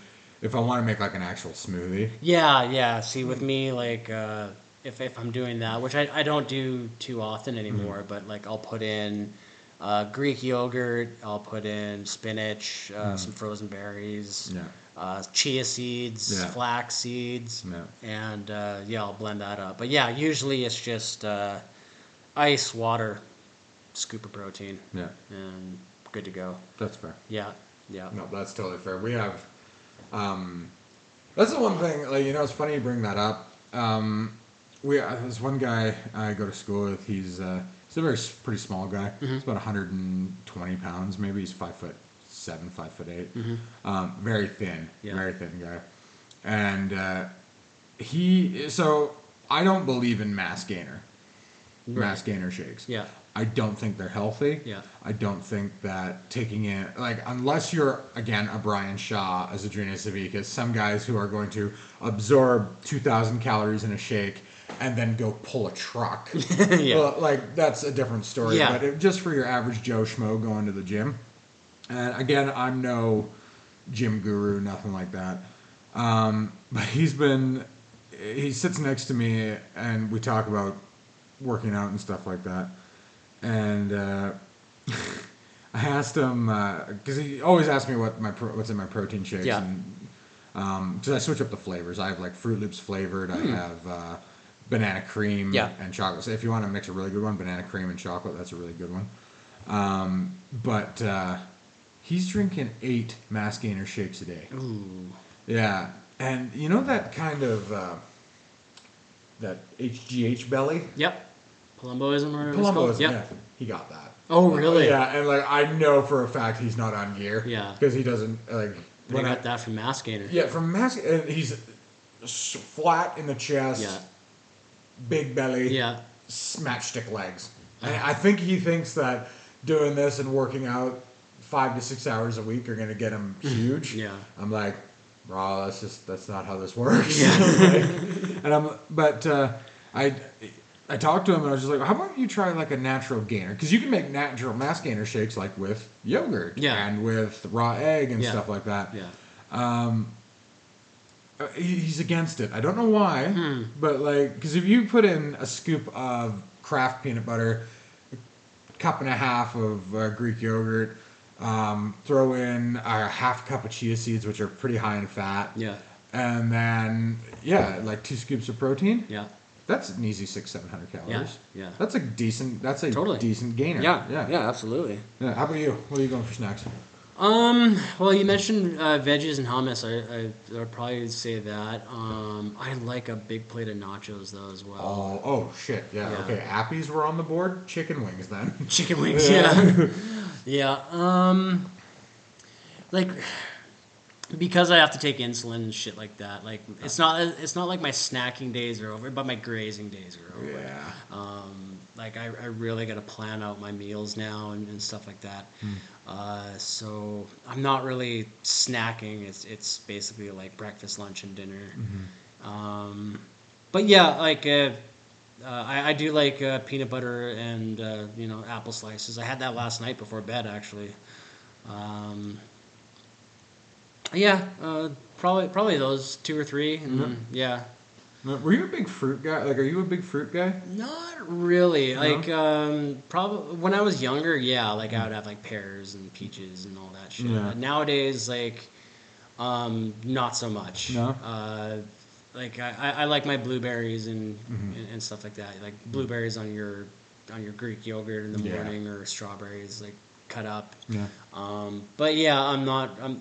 S3: if I want to make like an actual smoothie.
S2: Yeah, yeah. See,
S3: Hmm.
S2: with me, like, uh, if, if I'm doing that, which I, I don't do too
S3: Hmm.
S2: often anymore, but like, I'll put in uh, Greek yogurt, I'll put in spinach, uh, some frozen berries,
S3: Hmm. Yeah.
S2: uh, chia seeds,
S3: Yeah.
S2: flax seeds,
S3: Yeah.
S2: and uh, yeah, I'll blend that up. But yeah, usually it's just uh, ice, water, scoop of protein,
S3: Yeah,
S2: and good to go.
S3: that's fair.
S2: Yeah, yeah.
S3: No, that's totally fair. We have, um, that's the one thing. Like you know, it's funny you bring that up. Um, we uh, this one guy I go to school with. He's uh, he's a very s- pretty small guy. He's about 120 pounds. Maybe he's five foot seven, five foot 8 Um, very thin,
S2: Yeah.
S3: very thin guy. And uh, he so I don't believe in mass gainer, mass gainer shakes.
S2: Yeah.
S3: I don't think they're healthy.
S2: Yeah.
S3: I don't think that taking in like unless you're again a Brian Shaw as a Junior Civicus, some guys who are going to absorb two thousand calories in a shake and then go pull a truck.
S2: Yeah.
S3: Well, like that's a different story.
S2: Yeah.
S3: But it, just for your average Joe Schmo going to the gym. And again, I'm no gym guru, nothing like that. Um, but he's been, he sits next to me and we talk about working out and stuff like that. And uh, I asked him, because he always asks me what my pro, what's in my protein shakes.
S2: Yeah.
S3: And because Um, I switch up the flavors. I have like Fruit Loops flavored. I have uh, banana cream
S2: Hmm. Yeah.
S3: and chocolate. So if you want to mix a really good one, banana cream and chocolate, that's a really good one. Um, but uh, he's drinking eight mass gainer shakes a day.
S2: Ooh.
S3: Yeah, and you know that kind of uh, that HGH belly.
S2: Yep. Palumboism or
S3: Palumbo is
S2: Yep.
S3: yeah, he got that.
S2: Oh,
S3: Like,
S2: really?
S3: Yeah, and like I know for a fact he's not on gear.
S2: Yeah.
S3: because he doesn't like.
S2: I
S3: when I-
S2: got that from Mass Gainer.
S3: Yeah, from mask, and he's s- flat in the chest,
S2: Yeah.
S3: big belly,
S2: Yeah. Uh-huh.
S3: matchstick legs. And I think he thinks that doing this and working out five to six hours a week are gonna get him huge.
S2: Mm-hmm. Yeah.
S3: I'm like, raw. That's just that's not how this works. Like, and I'm, but uh, I. I talked to him and I was just like, "How about you try like a natural gainer? Because you can make natural mass gainer shakes like with yogurt
S2: Yeah.
S3: and with raw egg and
S2: Yeah.
S3: stuff like that."
S2: Yeah.
S3: Uh, he- he's against it. I don't know why,
S2: Hmm.
S3: but like, because if you put in a scoop of Kraft peanut butter, a cup and a half of uh, Greek yogurt, um, throw in a half cup of chia seeds, which are pretty high in fat,
S2: Yeah.
S3: and then yeah, like two scoops of protein.
S2: Yeah.
S3: That's an easy six seven hundred calories.
S2: yeah.
S3: That's a decent. That's a
S2: Totally.
S3: decent gainer. yeah, yeah.
S2: absolutely.
S3: How about you? What are you going for snacks?
S2: Um, well, you mentioned uh, veggies and hummus. I, I, I'd probably say that. Um, I like a big plate of nachos, though, as well.
S3: Oh, oh shit! Yeah,
S2: Yeah.
S3: okay. Appies were on the board. Chicken wings then.
S2: Chicken wings, yeah. yeah. Um, like, because I have to take insulin and shit like that, like, it's not, it's not like my snacking days are over, but my grazing days are over.
S3: yeah.
S2: Um, like I, I really got to plan out my meals now and, and stuff like that. Uh, so I'm not really snacking. It's it's basically like breakfast, lunch, and dinner. Um, but yeah, like uh, uh, I, I do like uh, peanut butter and uh, you know apple slices. I had that last night before bed actually. Um, yeah, uh, probably probably those two or three. And, Yeah.
S3: Uh, Were you a big fruit guy? Like, are you a big fruit guy?
S2: Not really. Like, um, probably when I was younger, yeah. Like, I would have like pears and peaches and all that shit.
S3: Yeah.
S2: But nowadays, like, um, not so much.
S3: No?
S2: Uh,
S3: Mm-hmm.
S2: like I, I, I like my blueberries and, and and stuff like that. Like blueberries on your on your Greek yogurt in the
S3: Yeah.
S2: morning or strawberries like cut up.
S3: Yeah.
S2: Um, but yeah, I'm not. I'm.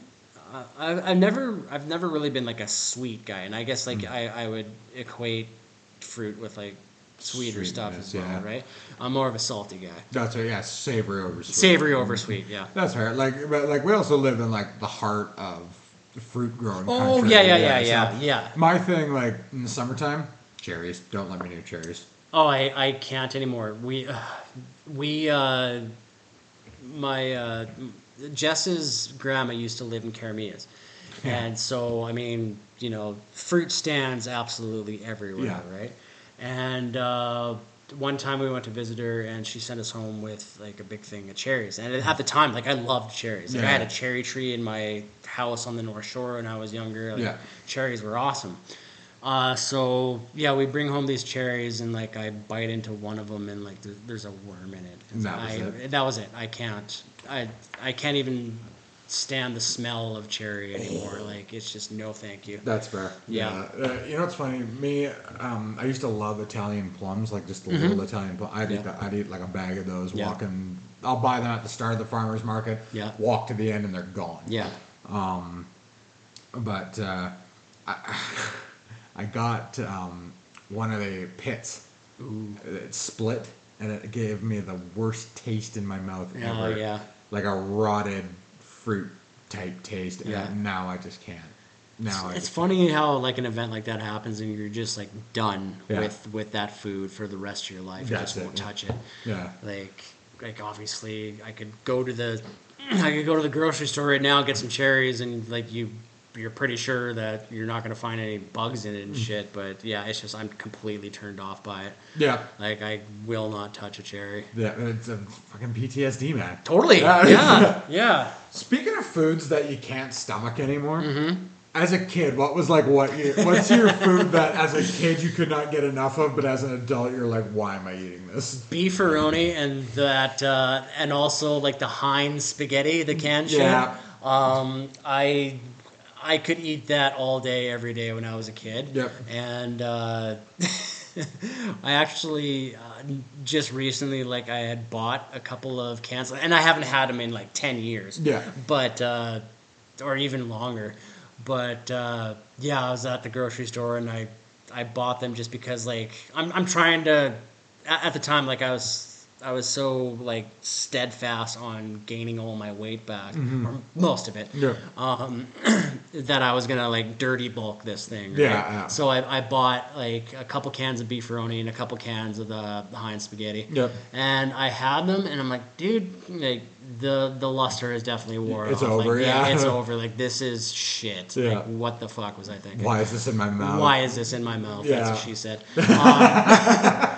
S2: I, I- I've never. I've never really been like a sweet guy, and I guess like
S3: Hmm.
S2: I, I would equate fruit with like sweeter stuff as well,
S3: Sweetness, yeah.
S2: right? I'm more of a salty guy,
S3: That's right. Yeah, savory over sweet.
S2: savory over sweet. Yeah.
S3: That's right. Like, but like we also live in like the heart of fruit growing.
S2: Oh
S3: country.
S2: yeah, yeah, yeah,
S3: so
S2: yeah, yeah.
S3: My thing, like in the summertime, cherries. Don't let me near cherries.
S2: Oh, I, I can't anymore. We uh, we uh, my uh, Jess's grandma used to live in Caramillas, and so I mean you know fruit stands absolutely everywhere,
S3: Yeah.
S2: right? And uh, one time we went to visit her, and she sent us home with like a big thing of cherries. And at the time, like I loved cherries. Like, I had
S3: Yeah.
S2: a cherry tree in my house on the North Shore when I was younger. Like,
S3: Yeah.
S2: cherries were awesome. Uh, so yeah, we bring home these cherries, and like I bite into one of them, and like th- there's a worm in it.
S3: And that was
S2: I,
S3: it?
S2: That was it. I can't. I I can't even stand the smell of cherry anymore. Like it's just no, thank you.
S3: That's fair.
S2: Yeah.
S3: Uh, you know what's funny? Me, um, I used to love Italian plums, like just the
S2: Mm-hmm.
S3: little Italian plum. I'd,
S2: Yeah.
S3: eat that, I'd eat like a bag of those.
S2: Yeah.
S3: Walking, I'll buy them at the start of the farmers market.
S2: Yeah.
S3: Walk to the end, and they're gone.
S2: Yeah.
S3: But uh, I, I got um, one of the pits. It split, and it gave me the worst taste in my mouth
S2: Oh,
S3: ever.
S2: yeah.
S3: Like a rotted fruit type taste. And
S2: Yeah.
S3: Now I just can't. Now I
S2: It's
S3: just
S2: funny how like an event like that happens, and you're just like done
S3: Yeah.
S2: with with that food for the rest of your life. You
S3: That's
S2: just
S3: it,
S2: won't
S3: yeah.
S2: touch it.
S3: Yeah.
S2: like like obviously I could go to the I could go to the grocery store right now get some cherries and like you you're pretty sure that you're not gonna find any bugs in it and shit but yeah it's just I'm completely turned off by it
S3: Yeah.
S2: like I will not touch a cherry
S3: Yeah, it's a fucking PTSD, man.
S2: totally
S3: Yeah.
S2: yeah yeah
S3: Speaking of foods that you can't stomach anymore,
S2: Mm-hmm.
S3: as a kid, what was like what? You, what's your food that as a kid you could not get enough of, but as an adult you're like, why am I eating this?
S2: beefaroni and that uh, and also like the Heinz spaghetti the canned shit
S3: Yeah.
S2: um I I could eat that all day every day when I was a kid
S3: Yep.
S2: and uh, I actually uh, just recently, like, I had bought a couple of cans, and I haven't had them in like ten years.
S3: Yeah.
S2: But uh, or even longer. But uh, yeah, I was at the grocery store and I I bought them just because like I'm I'm trying to a- at the time like I was I was so like steadfast on gaining all my weight back or most of it
S3: Mm-hmm.
S2: um,
S3: Yeah.
S2: that I was gonna like dirty bulk this thing. right?
S3: Yeah, yeah.
S2: So I, I bought like a couple cans of beefaroni and a couple cans of the, the Heinz spaghetti.
S3: Yep.
S2: And I had them, and I'm like, dude, like the the luster is definitely wore
S3: It's
S2: off. Like,
S3: over, yeah.
S2: it's over. Like this is shit.
S3: Yeah.
S2: Like what the fuck was I thinking?
S3: Why is this in my mouth?
S2: Why is this in my mouth? That's what
S3: Yeah.
S2: she said. Um,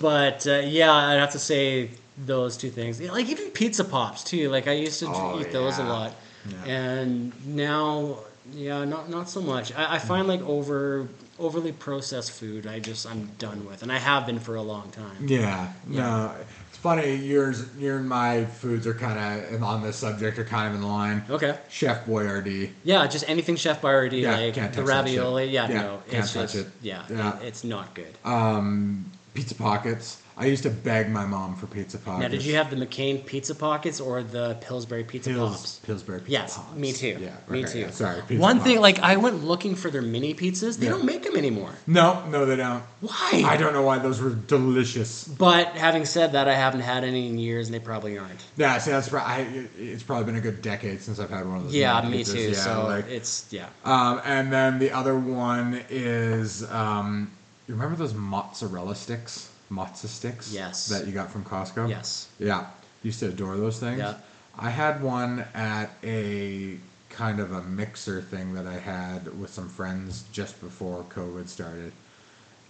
S2: but uh, yeah, I'd have to say those two things. Yeah, Like even pizza pops too. Like I used to dr-
S3: Oh,
S2: eat those a
S3: yeah.
S2: lot,
S3: Yeah.
S2: and now yeah, not not so much. I,
S3: Mm.
S2: I find like over overly processed food. I just I'm done with, and I have been for a long time.
S3: Yeah, no, it's funny. Yours, your and my foods are kind of on this subject are kind of in line.
S2: Okay.
S3: Chef Boyardee.
S2: Yeah, just anything Chef Boyardee,
S3: Yeah,
S2: like
S3: can't
S2: the
S3: touch that shit.
S2: ravioli. Yeah,
S3: Yeah,
S2: no,
S3: can't
S2: it's
S3: touch
S2: just
S3: it.
S2: Yeah,
S3: Yeah. Uh,
S2: it's not good.
S3: pizza pockets. I used to beg my mom for pizza pockets.
S2: now, did you have the McCain pizza pockets or the Pillsbury pizza
S3: Pills,
S2: pops?
S3: Pillsbury pizza
S2: Yes,
S3: pops?
S2: me too.
S3: Yeah,
S2: me
S3: okay,
S2: too.
S3: yeah, sorry. pizza
S2: One
S3: pops.
S2: thing, like I went looking for their mini pizzas. They
S3: Yeah.
S2: don't make them anymore.
S3: No, no, they don't.
S2: Why?
S3: I don't know why those were delicious.
S2: But having said that, I haven't had any in years, and they probably aren't.
S3: Yeah, see, that's probably, I, it's probably been a good decade since I've had one of those.
S2: Yeah,
S3: mini
S2: me
S3: pizzas.
S2: too.
S3: Yeah,
S2: so
S3: like,
S2: it's yeah.
S3: um, and then the other one is, um, you remember those mozzarella sticks, mozza sticks?
S2: Yes.
S3: That you got from Costco.
S2: Yes.
S3: Yeah, used to adore those things.
S2: Yeah.
S3: I had one at a kind of a mixer thing that I had with some friends just before COVID started,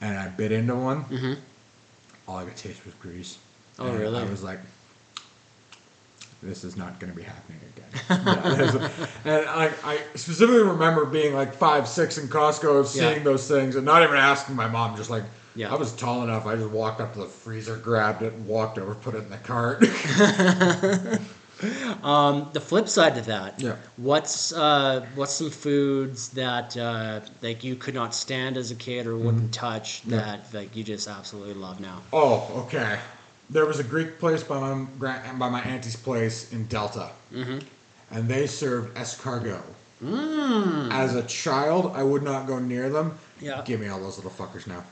S3: and I bit into one. Mm-hmm. All I could taste was grease.
S2: Oh,
S3: And
S2: really?
S3: I was like, this is not going to be happening again. Yeah, there's a- and I, I specifically remember being like five, six in Costco, seeing
S2: Yeah.
S3: those things, and not even asking my mom. Just like,
S2: Yeah.
S3: I was tall enough. I just walked up to the freezer, grabbed it, walked over, put it in the cart.
S2: Um, The flip side to that.
S3: Yeah.
S2: What's uh, what's some foods that uh, like you could not
S3: Mm-hmm.
S2: stand as a kid or wouldn't touch that like you just absolutely love now?
S3: oh, okay. there was a Greek place by my grand, by my auntie's place in Delta,
S2: Mm-hmm.
S3: and they served escargot. As a child, I would not go near them.
S2: Mm. Yeah.
S3: Give me all those little fuckers now.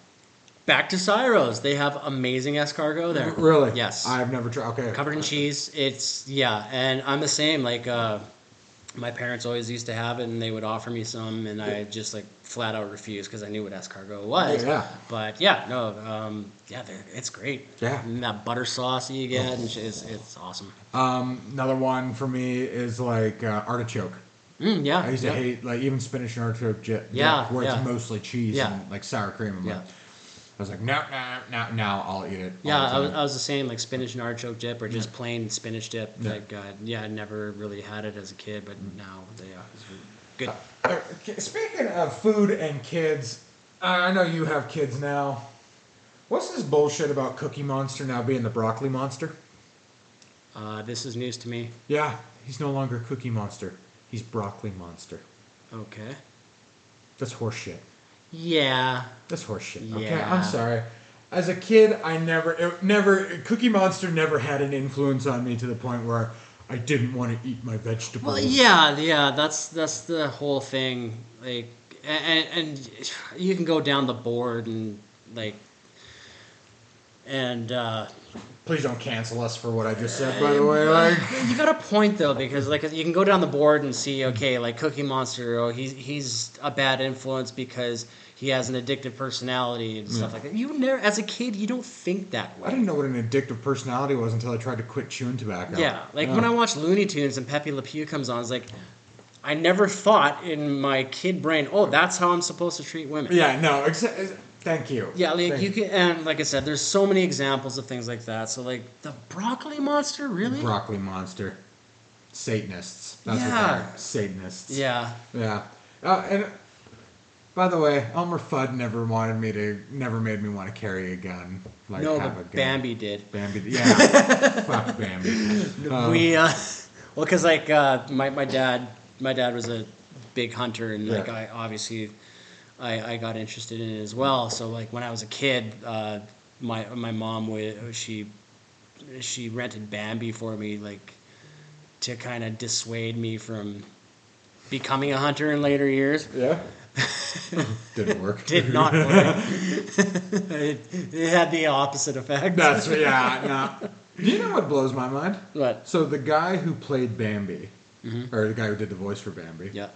S2: Back to Cyros. They have amazing escargot there.
S3: Really?
S2: Yes.
S3: I've never tried. Okay.
S2: covered in cheese. It's yeah, and I'm the same. Like uh, my parents always used to have it, and they would offer me some, and I just like flat out refused because I knew what escargot was.
S3: Yeah, yeah.
S2: But yeah, no, um, yeah, they're- it's great.
S3: Yeah.
S2: And that butter sauce that you get, and shit, it's, it's awesome.
S3: Um, another one for me is like uh, artichoke.
S2: Mm, yeah.
S3: I used
S2: yeah.
S3: to hate like even spinach and artichoke jet,
S2: Yeah,
S3: where
S2: yeah.
S3: it's mostly cheese
S2: Yeah.
S3: and like sour cream. I'm
S2: Yeah.
S3: like, I was like, no, no, no, now I'll eat it. all
S2: Yeah,
S3: the
S2: I was,
S3: time.
S2: I was the same, like spinach and artichoke dip, or just plain spinach dip.
S3: Yeah. Mm-hmm.
S2: Like, uh, yeah, I never really had it as a kid, but now they are it's good.
S3: Uh, k- Speaking of food and kids, I know you have kids now. What's this bullshit about Cookie Monster now being the broccoli monster?
S2: Uh, this is news to me.
S3: Yeah, he's no longer Cookie Monster. He's Broccoli Monster.
S2: Okay.
S3: That's horseshit.
S2: Yeah.
S3: That's horseshit. Okay,
S2: Yeah.
S3: I'm sorry. As a kid, I never, it never, Cookie Monster never had an influence on me to the point where I didn't want to eat my vegetables.
S2: Well, yeah, yeah, that's that's the whole thing. Like, and, and you can go down the board and like, and uh,
S3: Please don't cancel us for what I just said. By the way, like,
S2: you got a point though because like you can go down the board and see okay like Cookie Monster oh he's he's a bad influence because he has an addictive personality and stuff like that. You never as a kid you don't think that
S3: Mm. I
S2: way.
S3: didn't know what an addictive personality was until I tried to quit chewing tobacco.
S2: Yeah, like when I watch Looney Tunes and Pepe Le Pew comes on, it's like I never thought in my kid brain, oh, that's how I'm supposed to treat women.
S3: Yeah, no, exa- thank you.
S2: Yeah, like
S3: Thank
S2: you can, and like I said, there's so many examples of things like that. So like the broccoli monster, really?
S3: Broccoli monster. Satanists. That's what they
S2: Yeah.
S3: are. Satanists.
S2: yeah,
S3: Yeah. Uh, and by the way, Elmer Fudd never wanted me to, never made me want to carry a gun. Like
S2: no,
S3: have a
S2: but
S3: gun.
S2: Bambi did.
S3: Bambi. Yeah. Fuck Bambi. Um,
S2: we, uh, well, because like uh, my my dad, my dad was a big hunter, and like
S3: Yeah.
S2: I obviously, I, I got interested in it as well. So like when I was a kid, uh, my my mom would she she rented Bambi for me, like to kind of dissuade me from becoming a hunter in later years.
S3: yeah. Didn't work.
S2: did not work. it, it had the opposite effect.
S3: That's yeah. No. Do you know what blows my mind?
S2: But
S3: So the guy who played Bambi,
S2: Mm-hmm.
S3: or the guy who did the voice for Bambi,
S2: yeah.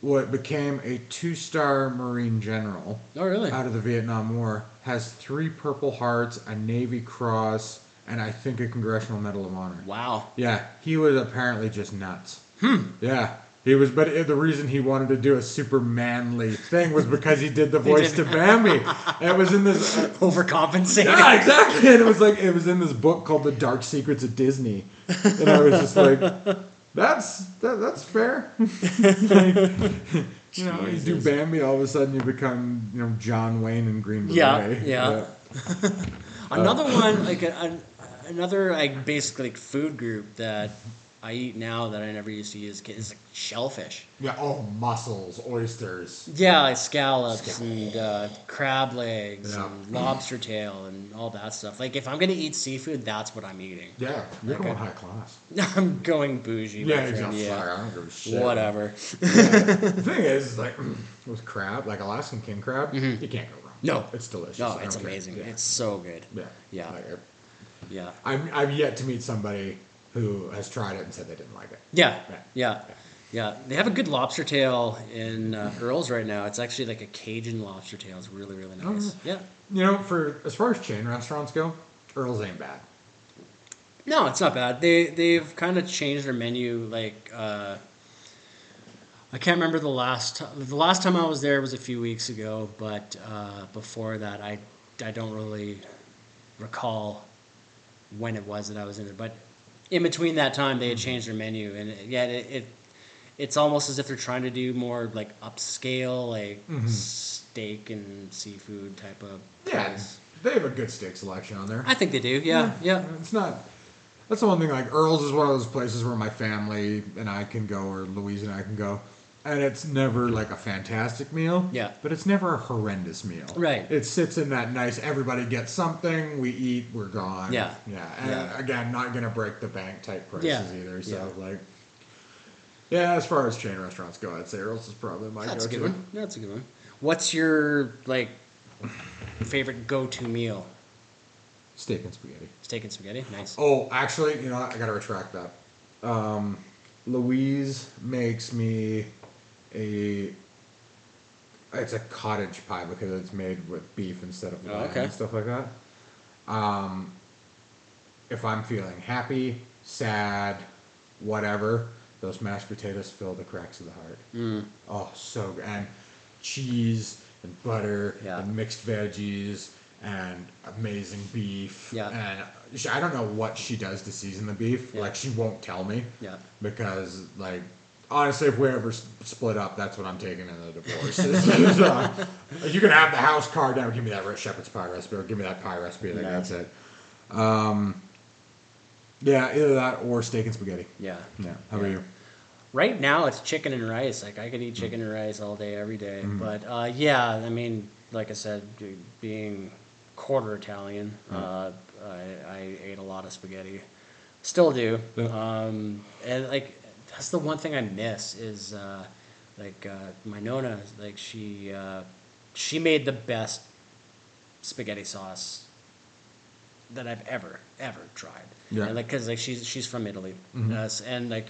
S3: what became a two-star Marine general
S2: Oh really?
S3: out of the Vietnam War, has three Purple Hearts, a Navy Cross, and I think a Congressional Medal of Honor.
S2: Wow.
S3: Yeah, he was apparently just nuts. Hmm. Yeah. He was, but the reason he wanted to do a super manly thing was because he did the voice to Bambi. It was in this,
S2: Overcompensating.
S3: yeah, exactly. And it was like it was in this book called The Dark Secrets of Disney, and I was just like, that's that, that's fair. Like, you know, you do
S2: Jesus.
S3: Bambi, all of a sudden you become you know John Wayne in Green Beret.
S2: Yeah, yeah. Another one, like a, an another like basically like, food group that I eat now that I never used to eat as a kid is like shellfish.
S3: yeah. Oh, mussels, oysters.
S2: Yeah, like scallops and uh, crab legs
S3: Yeah.
S2: and lobster tail and all that stuff. Like if I'm gonna eat seafood, that's what I'm eating.
S3: Yeah, you're
S2: Okay.
S3: going high class.
S2: I'm going bougie. my
S3: Yeah,
S2: friend,
S3: exactly.
S2: yeah.
S3: I don't give a shit.
S2: Whatever.
S3: The thing is, is like with crab, like Alaskan king crab, you can't go wrong.
S2: Mm-hmm. No.
S3: it's delicious.
S2: No,
S3: I
S2: Oh, it's
S3: don't care.
S2: amazing.
S3: Yeah.
S2: It's so good.
S3: yeah,
S2: Yeah.
S3: Like, I-
S2: Yeah.
S3: I'm, I've yet to meet somebody who has tried it and said they didn't like it.
S2: Yeah.
S3: Yeah.
S2: Yeah. Yeah. They have a good lobster tail in uh, Earl's right now. It's actually like a Cajun lobster tail. It's really, really nice.
S3: Oh.
S2: Yeah.
S3: You know, for as far as chain restaurants go, Earl's ain't bad.
S2: No, it's not bad. They they've kind of changed their menu. Like uh, I can't remember the last t- the last time I was there was a few weeks ago, but uh, before that, I I don't really recall when it was that I was in there. But in between that time, they had changed their menu, and it- yet it, it it's almost as if they're trying to do more like upscale, like steak and seafood type of.
S3: Yeah,
S2: place.
S3: they have a good steak selection on there.
S2: I think they do. Yeah, yeah,
S3: It's not. That's the one thing. Like Earl's is one of those places where my family and I can go, or Louise and I can go. and it's never like a fantastic meal.
S2: Yeah.
S3: But it's never a horrendous meal.
S2: Right.
S3: It sits in that nice. Everybody gets something. We eat. We're gone.
S2: Yeah.
S3: Yeah. And
S2: Yeah.
S3: again, not gonna break the bank type prices
S2: Yeah.
S3: either. So like, yeah, as far as chain restaurants go, I'd say Earl's is probably my
S2: That's a
S3: go-to.
S2: good one. That's a good one. What's your like favorite go-to meal?
S3: Steak and spaghetti.
S2: Steak and spaghetti. Nice.
S3: Oh, actually, you know, what? I gotta retract that. Um, Louise makes me a. It's a cottage pie because it's made with beef instead of
S2: Oh,
S3: lamb
S2: okay.
S3: and stuff like that. Um, if I'm feeling happy, sad, whatever, those mashed potatoes fill the cracks of the heart.
S2: Mm.
S3: Oh, so good. And cheese and butter
S2: Yeah.
S3: and mixed veggies and amazing beef.
S2: Yeah.
S3: And Uh, she, I don't know what she does to season the beef.
S2: Yeah.
S3: Like, she won't tell me.
S2: Yeah.
S3: Because, like, honestly, if we ever s- split up, that's what I'm taking in the divorce. So, you can have the house card now. Give me that shepherd's pie recipe or give me that pie recipe. Like,
S2: Yeah.
S3: That's it. Um, yeah, either that or steak and spaghetti.
S2: Yeah.
S3: Yeah. How about
S2: Yeah.
S3: you?
S2: Right now it's chicken and rice. Like I could eat chicken and rice all day, every day. But uh, yeah, I mean, like I said, d- being quarter Italian, uh, I, I ate a lot of spaghetti. Still do.
S3: Yeah.
S2: Um, and like that's the one thing I miss is uh, like uh, my nona. Like she uh, she made the best spaghetti sauce that I've ever ever tried.
S3: Yeah. Mm-hmm.
S2: And like because like she's she's from Italy, Yes, and like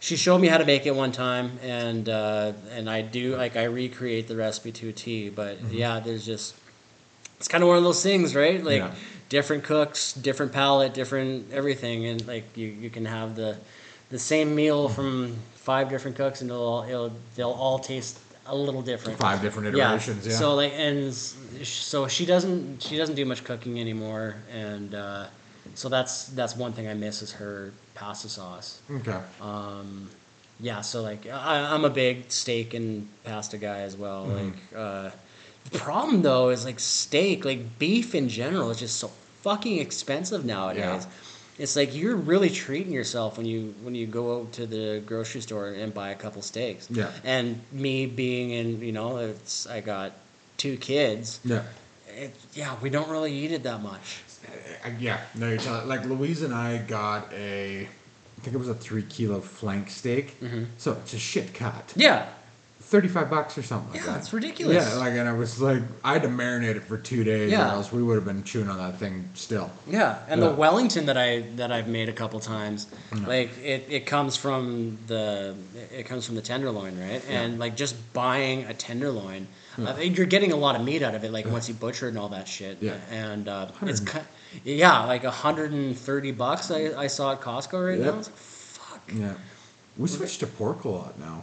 S2: she showed me how to make it one time, and uh, and I do like I recreate the recipe to a T. But
S3: Mm-hmm.
S2: yeah, there's just it's kind of one of those things, right? Like
S3: Yeah.
S2: different cooks, different palate, different everything, and like you you can have the the same meal from five different cooks, and they'll all it'll, they'll all taste a little different.
S3: Five different iterations. Yeah.
S2: So like, and s- so she doesn't she doesn't do much cooking anymore, and uh, so that's that's one thing I miss is her pasta sauce.
S3: okay.
S2: Um, yeah, so like I, I'm a big steak and pasta guy as well. Like uh, the problem though is like steak, like beef in general, is just so fucking expensive nowadays. It's like you're really treating yourself when you when you go out to the grocery store and buy a couple steaks.
S3: Yeah.
S2: And me being in, you know, it's I got two kids.
S3: yeah.
S2: It, yeah, we don't really eat it that much.
S3: I- Uh, yeah, no, you're telling. Like Louise and I got a, I think it was a three kilo flank steak.
S2: Mm-hmm.
S3: So it's a shit cut.
S2: Yeah.
S3: Thirty five bucks or something like
S2: Yeah,
S3: that.
S2: it's ridiculous.
S3: Yeah, like and I was like, I had to marinate it for two days,
S2: Yeah.
S3: or else we would have been chewing on that thing still.
S2: Yeah, and
S3: Yeah.
S2: the Wellington that I that I've made a couple times, like it, it comes from the it comes from the tenderloin, right? And like just buying a tenderloin, uh, you're getting a lot of meat out of it. Like once you butcher it and all that shit.
S3: Yeah.
S2: and uh, it's ki- yeah, like hundred and thirty bucks. I, I saw at Costco right
S3: Yep.
S2: now. I was like, fuck.
S3: Yeah, we switched to pork a lot now,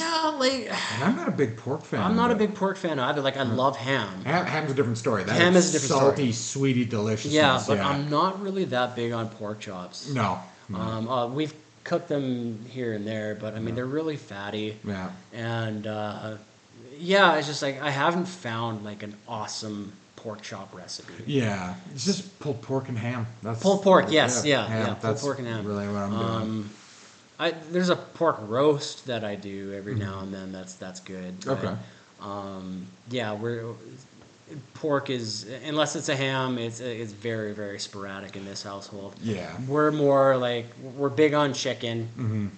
S2: Yeah, like
S3: and I'm not a big pork fan.
S2: I'm not a
S3: but-
S2: big pork fan either. Like I love ham.
S3: Ham, ham's a different story. That
S2: Ham is a different story.
S3: salty, sweety deliciousness.
S2: Yeah, but I'm not really that big on pork chops.
S3: No. no.
S2: Um, uh, we've cooked them here and there, but I mean they're really fatty,
S3: yeah.
S2: and uh, yeah, it's just like I haven't found like an awesome pork chop recipe.
S3: Yeah, it's just pulled pork and ham. That's
S2: Pulled pork, yes, yeah,
S3: ham,
S2: yeah, pulled
S3: that's
S2: pork and ham.
S3: Really, what I'm doing.
S2: Um, I, there's a pork roast that I do every now and then. That's that's good. but,
S3: Mm-hmm. Okay.
S2: um, yeah, we're pork is unless it's a ham, it's it's very very sporadic in this household.
S3: Yeah.
S2: we're more like we're big on chicken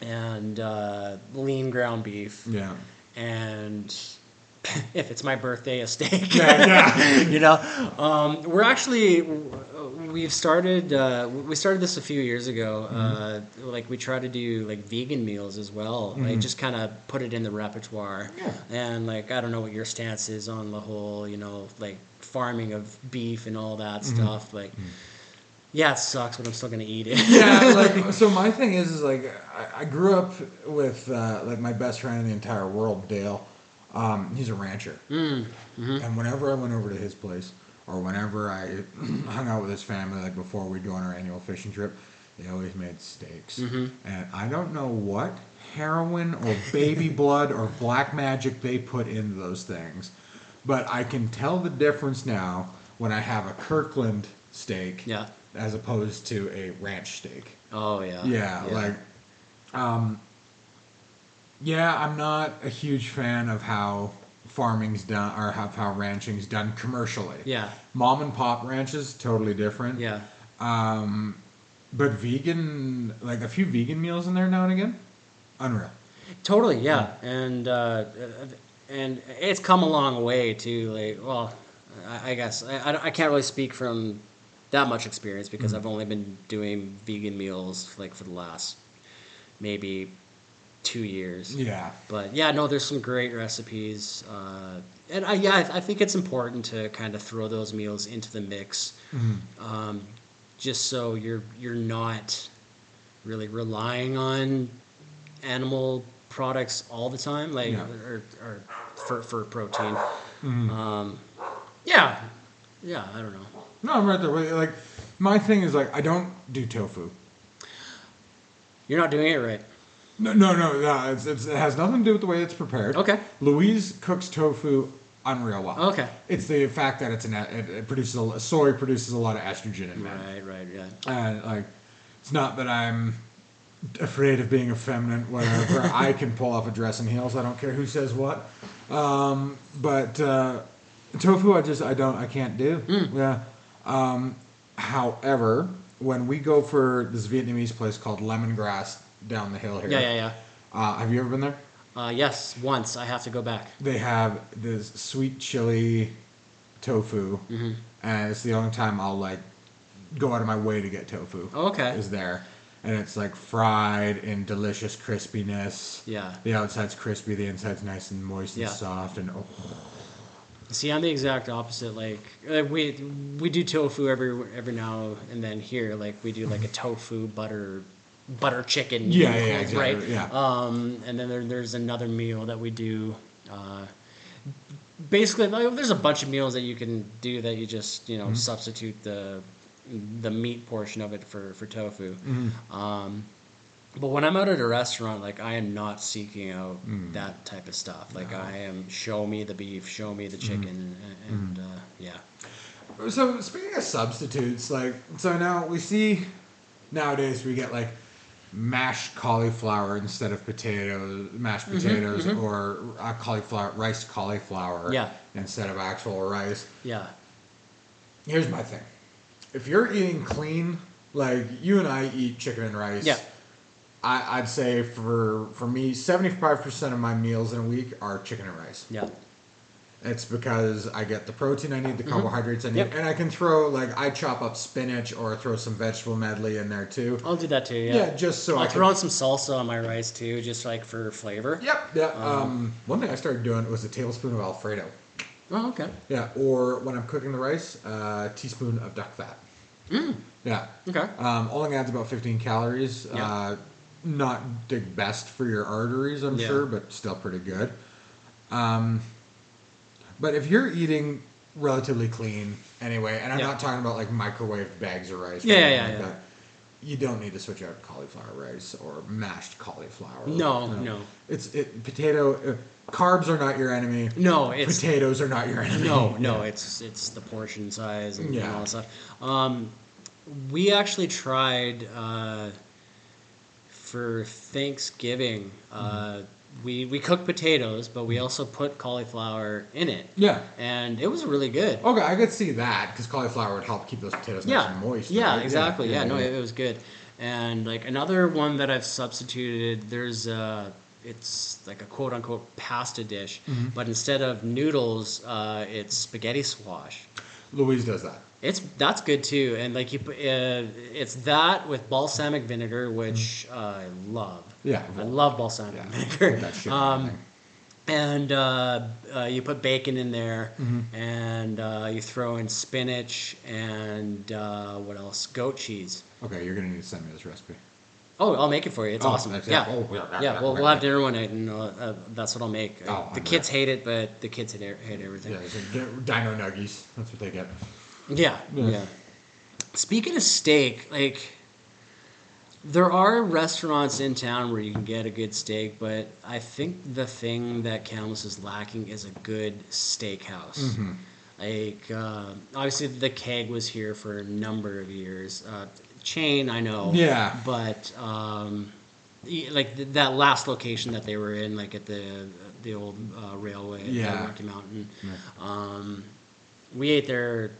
S2: and uh, lean ground beef,
S3: Yeah.
S2: and if it's my birthday, a steak.
S3: yeah.
S2: you know, um, we're actually we've started uh, we started this a few years ago. Uh, like we try to do like vegan meals as well. Like just kind of put it in the repertoire.
S3: Yeah.
S2: And like I don't know what your stance is on the whole, you know, like farming of beef and all that stuff. Like, yeah, it sucks, but I'm still gonna eat it.
S3: yeah, like so my thing is is like I, I grew up with uh, like my best friend in the entire world, Dale. Um, he's a rancher, and whenever I went over to his place or whenever I hung out with his family, like before we'd go on our annual fishing trip, they always made steaks, and I don't know what heroin or baby blood or black magic they put into those things, but I can tell the difference now when I have a Kirkland steak
S2: Yeah.
S3: as opposed to a ranch steak.
S2: Oh Uh-huh. yeah.
S3: Yeah, like, um, Yeah, I'm not a huge fan of how farming's done or how, how ranching's done commercially.
S2: Yeah.
S3: Mom and pop ranches, totally different.
S2: Yeah.
S3: But vegan, like a few vegan meals in there now and again, unreal.
S2: Totally, yeah, and uh, and it's come a long way too. Like, well, I I guess I, I don't- I can't really speak from that much experience because I've only been doing vegan meals like for the last maybe two years.
S3: Yeah.
S2: But yeah, no, there's some great recipes, uh, and I, yeah, I, I think it's important to kind of throw those meals into the mix,
S3: Mm-hmm.
S2: um, just so you're you're not really relying on animal products all the time, like
S3: Yeah. Mm-hmm.
S2: or, or for for protein. Um, yeah, yeah, I don't know.
S3: No, I'm right there with you. Like, my thing is like I don't do tofu.
S2: You're not doing it right.
S3: No, no, no. no it's, it's, it has nothing to do with the way it's prepared.
S2: Okay. Oh.
S3: Louise cooks tofu unreal well.
S2: Okay.
S3: It's the fact that it's an it, it produces a, lo- soy produces a lot of estrogen in men.
S2: Right, right, yeah.
S3: And like, it's not that I'm afraid of being effeminate. Whatever, I can pull off a dress and heels. I don't care who says what. Um, but uh, tofu, I just I don't I can't do.
S2: Hmm.
S3: Yeah. Um, however, when we go for this Vietnamese place called Lemongrass down the hill here.
S2: Yeah, yeah,
S3: Uh, have you ever been there?
S2: yeah. Uh, yes, once I have to go back.
S3: They have this sweet chili tofu,
S2: Mm-hmm.
S3: and it's the only time I'll like go out of my way to get tofu.
S2: Okay.
S3: is there, and it's like fried in delicious crispiness.
S2: Yeah.
S3: the outside's crispy, the inside's nice and moist and
S2: Yeah.
S3: soft, and oh,
S2: See, I'm the exact opposite. Like uh, we we do tofu every every now and then here. Like we do like a tofu butter butter chicken.
S3: Mm-hmm. Yeah,
S2: meal,
S3: yeah, exactly,
S2: Right.
S3: yeah.
S2: Um, and then there, there's another meal that we do. Uh, basically, like, there's a bunch of meals that you can do that you just
S3: Mm-hmm.
S2: you know substitute the the meat portion of it for for tofu.
S3: Mm-hmm.
S2: Um, but when I'm out at a restaurant, like I am not seeking out
S3: Mm.
S2: that type of stuff. Like I am, show me the beef, show me
S3: Mm-hmm.
S2: the chicken, a- and, uh, yeah,
S3: So speaking of substitutes, like so now we see nowadays we get like mashed cauliflower instead of potatoes, mashed
S2: Mm-hmm,
S3: potatoes, or uh, cauliflower rice cauliflower
S2: Yeah.
S3: instead of actual rice.
S2: yeah,
S3: Here's my thing: if you're eating clean, like you and I eat chicken and rice,
S2: Yeah.
S3: I, I'd say for for me, seventy five percent of my meals in a week are chicken and rice.
S2: yeah,
S3: It's because I get the protein I need, the carbohydrates I need,
S2: Mm-hmm. Yep.
S3: and I can throw like I chop up spinach or throw some vegetable medley in there too.
S2: I'll do that too. Yeah,
S3: Yeah, just so
S2: I'll
S3: I
S2: throw
S3: can.
S2: on some salsa on my rice too, just like for flavor.
S3: Yep. Yeah. Um, one thing I started doing was a tablespoon of Alfredo.
S2: Oh, okay.
S3: Yeah. Or when I'm cooking the rice, a teaspoon of duck fat.
S2: Mm.
S3: Yeah.
S2: Okay.
S3: Um, only adds about 15 calories.
S2: Yeah.
S3: Uh, not the best for your arteries, I'm
S2: Yeah.
S3: sure, but still pretty good. Um, but if you're eating relatively clean anyway, and I'm
S2: Yeah.
S3: not talking about like microwave bags of rice, or
S2: Yeah, yeah,
S3: anything
S2: yeah,
S3: like
S2: yeah.
S3: that, you don't need to switch out cauliflower rice or mashed cauliflower.
S2: No, no.
S3: It's it potato. Uh, carbs are not your enemy.
S2: No, it's
S3: potatoes are not your enemy.
S2: No, no, it's it's the portion size and, and
S3: Yeah.
S2: all that stuff. Um, we actually tried uh, for Thanksgiving. Uh, we we cooked potatoes, but we also put cauliflower in it,
S3: Yeah.
S2: and it was really good.
S3: Okay, I could see that because cauliflower would help keep those potatoes nice
S2: yeah,
S3: and moist.
S2: yeah,
S3: right?
S2: exactly. Yeah, no, It, it was good. And like another one that I've substituted, there's uh it's like a quote unquote pasta dish, but instead of noodles, uh, it's spaghetti squash.
S3: Louise does that.
S2: It's that's good too, and like you, put, uh, it's that with balsamic vinegar, which uh, I love.
S3: Mm-hmm. Yeah.
S2: I love balsamic
S3: Yeah,
S2: vinegar.
S3: that shit.
S2: um, and uh, uh, you put bacon in there,
S3: Mm-hmm.
S2: and uh, you throw in spinach and uh, what else? Goat cheese.
S3: okay, you're gonna need to send me this recipe.
S2: Oh, I'll make it for you. It's
S3: Oh,
S2: awesome.
S3: that's it.
S2: yeah.
S3: Oh, yeah,
S2: yeah,
S3: yeah, yeah,
S2: Well, we'll
S3: yeah.
S2: have dinner one night, and uh, uh, that's what I'll make. Uh,
S3: Oh,
S2: the
S3: I'm
S2: kids hate it, but the kids hate, e- hate everything.
S3: Yeah, it's like di- dino nuggies. That's what they get.
S2: Yeah,
S3: Yeah.
S2: yeah. Speaking of steak, like there are restaurants in town where you can get a good steak, but I think the thing that Camus is lacking is a good steakhouse. Like uh, obviously, the keg was here for a number of years. Uh, chain, I know.
S3: Yeah.
S2: But um, y- like th- that last location that they were in, like at the the old uh, railway, at the
S3: Yeah.
S2: Rocky Mountain.
S3: Yeah.
S2: Um, we ate there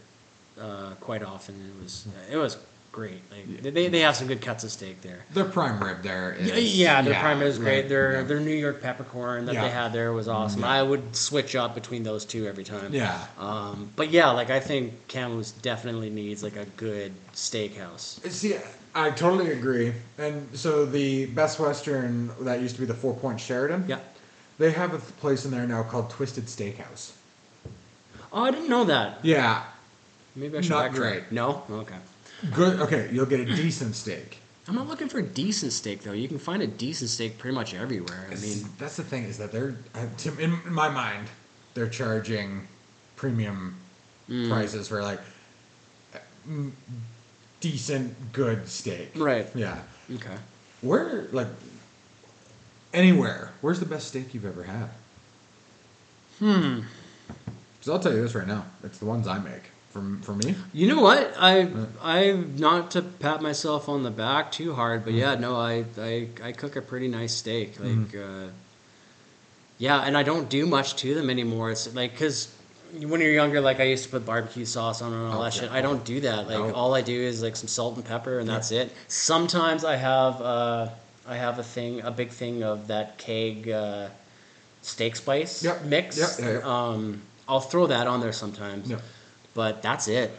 S2: uh, quite often. It was
S3: Hmm.
S2: it was great. Like they they have some good cuts of steak there.
S3: Their prime rib there is.
S2: Yeah, their prime is great.
S3: right,
S2: Their
S3: yeah.
S2: their New York peppercorn that
S3: Yeah.
S2: they had there was awesome. I would switch up between those two every time.
S3: Yeah.
S2: Um, but yeah, like I think Camus definitely needs like a good steakhouse.
S3: See, I totally agree. And so the Best Western that used to be the Four Point Sheridan.
S2: Yeah.
S3: They have a place in there now called Twisted Steakhouse.
S2: Oh, I didn't know that.
S3: Yeah,
S2: Maybe I should
S3: Not
S2: backtrack.
S3: great.
S2: No. Okay.
S3: good. Okay, you'll get a decent steak.
S2: I'm not looking for a decent steak though. You can find a decent steak pretty much everywhere. I mean,
S3: that's the thing is that they're uh, to, in my mind they're charging premium
S2: Mm.
S3: prices for like uh, mm, decent good steak.
S2: right.
S3: Yeah.
S2: Okay.
S3: Where like anywhere? Where's the best steak you've ever had? Hmm.
S2: Hmm.
S3: Because I'll tell you this right now, it's the ones I make. For for me,
S2: You know what? I I not to pat myself on the back too hard,
S3: Mm.
S2: but yeah, no, I I, I cook a pretty nice steak. Like, uh, yeah, and I don't do much to them anymore. It's like because when you're younger, like I used to put barbecue sauce on 'em and all
S3: Oh,
S2: that
S3: yeah.
S2: shit. I don't do that. Like
S3: No.
S2: all I do is like some salt and pepper, and that's it. Sometimes I have uh, I have a thing, a big thing of that keg uh, steak spice
S3: Yep.
S2: mix.
S3: Yep, yeah, yeah.
S2: Um, I'll throw that on there sometimes.
S3: Yeah.
S2: But that's it.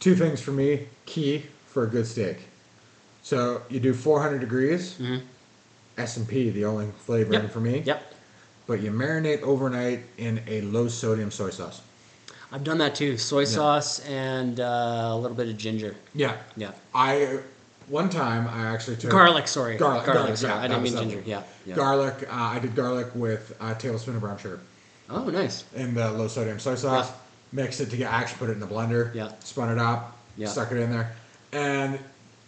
S3: two things for me key for a good steak. So you do 400 degrees. S and P, the only flavoring
S2: Mm-hmm. Yep.
S3: for me.
S2: Yep.
S3: But you marinate overnight in a low sodium soy sauce.
S2: I've done that too. Soy sauce and uh, a little bit of ginger.
S3: Yeah.
S2: Yeah.
S3: I one time I actually took
S2: Garlic, sorry.
S3: Garlic, garlic,
S2: sorry.
S3: yeah,
S2: I
S3: that
S2: didn't
S3: was
S2: mean
S3: something.
S2: ginger. Yeah. yeah.
S3: garlic. Uh, I did garlic with a tablespoon of brown sugar.
S2: Oh, nice.
S3: in the low sodium soy sauce,
S2: Yeah.
S3: mixed it together. I actually put it in the blender,
S2: Yeah.
S3: spun it up,
S2: Yeah.
S3: stuck it in there, and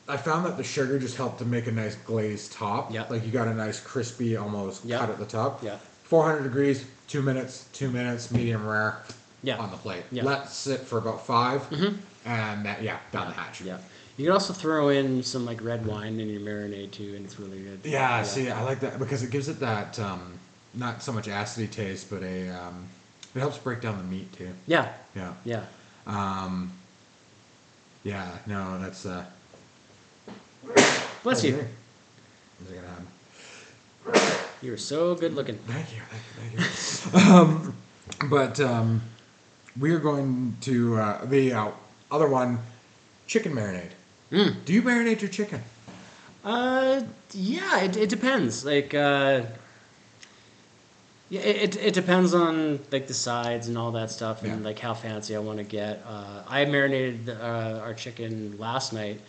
S3: I found that the sugar just helped to make a nice glazed top.
S2: Yeah.
S3: Like you got a nice crispy almost
S2: Yeah.
S3: cut at the top.
S2: Yeah.
S3: 400 degrees, two minutes, two minutes, medium rare.
S2: Yeah.
S3: On the plate.
S2: Yeah. Mm-hmm.
S3: Let sit for about 5 and that yeah down the hatch.
S2: Yeah. You can also throw in some like red wine in your marinade too, and it's really good.
S3: Yeah, see, I like that because it gives it that um, not so much acidy taste, but a um, it helps break down the meat too.
S2: Yeah.
S3: Yeah.
S2: Yeah.
S3: Yeah, no, that's uh
S2: Bless
S3: oh,
S2: you.
S3: there. Is it gonna happen?
S2: You were so good looking.
S3: Thank you, thank you, thank you. um, but um, we are going to uh, the uh, other one, chicken marinade.
S2: Mm.
S3: Do you marinate your chicken?
S2: Uh, yeah, it, it depends. Like, uh, yeah, it, it, it depends on like the sides and all that stuff, and
S3: Yeah.
S2: like how fancy I want to get. Uh, I marinated uh, our chicken last night.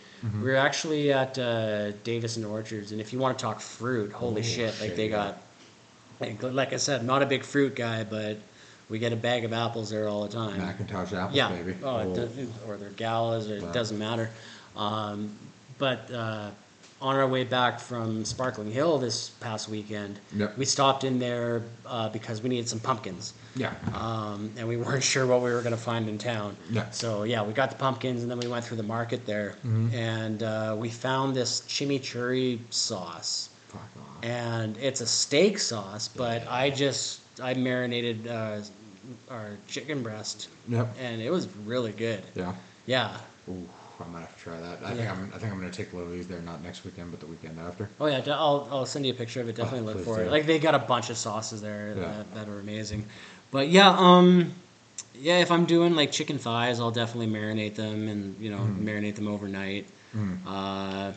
S2: We were actually at uh, Davis and Orchards, and if you want to talk fruit, holy
S3: Oh,
S2: shit! Like they
S3: shit, yeah.
S2: got, like, like I said, not a big fruit guy, but we get a bag of apples there all the time.
S3: Macintosh apples,
S2: Mm. Yeah.
S3: baby.
S2: Oh, it
S3: Oh.
S2: does- or their galas, or
S3: Wow.
S2: it doesn't matter. Um, but uh, on our way back from Sparkling Hill this past weekend,
S3: Yep.
S2: we stopped in there uh, because we needed some pumpkins.
S3: Yeah.
S2: Um, and we weren't sure what we were going to find in town.
S3: Yeah.
S2: So, yeah, we got the pumpkins and then we went through the market there.
S3: Mm-hmm.
S2: And uh, we found this chimichurri sauce
S3: Fuck off.
S2: and it's a steak sauce, but I just I marinated uh, our chicken breast,
S3: Yep.
S2: and it was really good.
S3: Yeah.
S2: Yeah.
S3: Ooh, I might have to try that. I think
S2: Yeah.
S3: I'm. I think I'm gonna take Lily's there not next weekend, but the weekend after.
S2: Oh yeah, de- I'll I'll send you a picture of it. Definitely look
S3: please
S2: for
S3: do.
S2: it. Like they got a bunch of sauces there
S3: Yeah.
S2: that, that are amazing, but yeah, um, yeah. If I'm doing like chicken thighs, I'll definitely marinate them and you know
S3: Mm-hmm.
S2: marinate them overnight. Uh,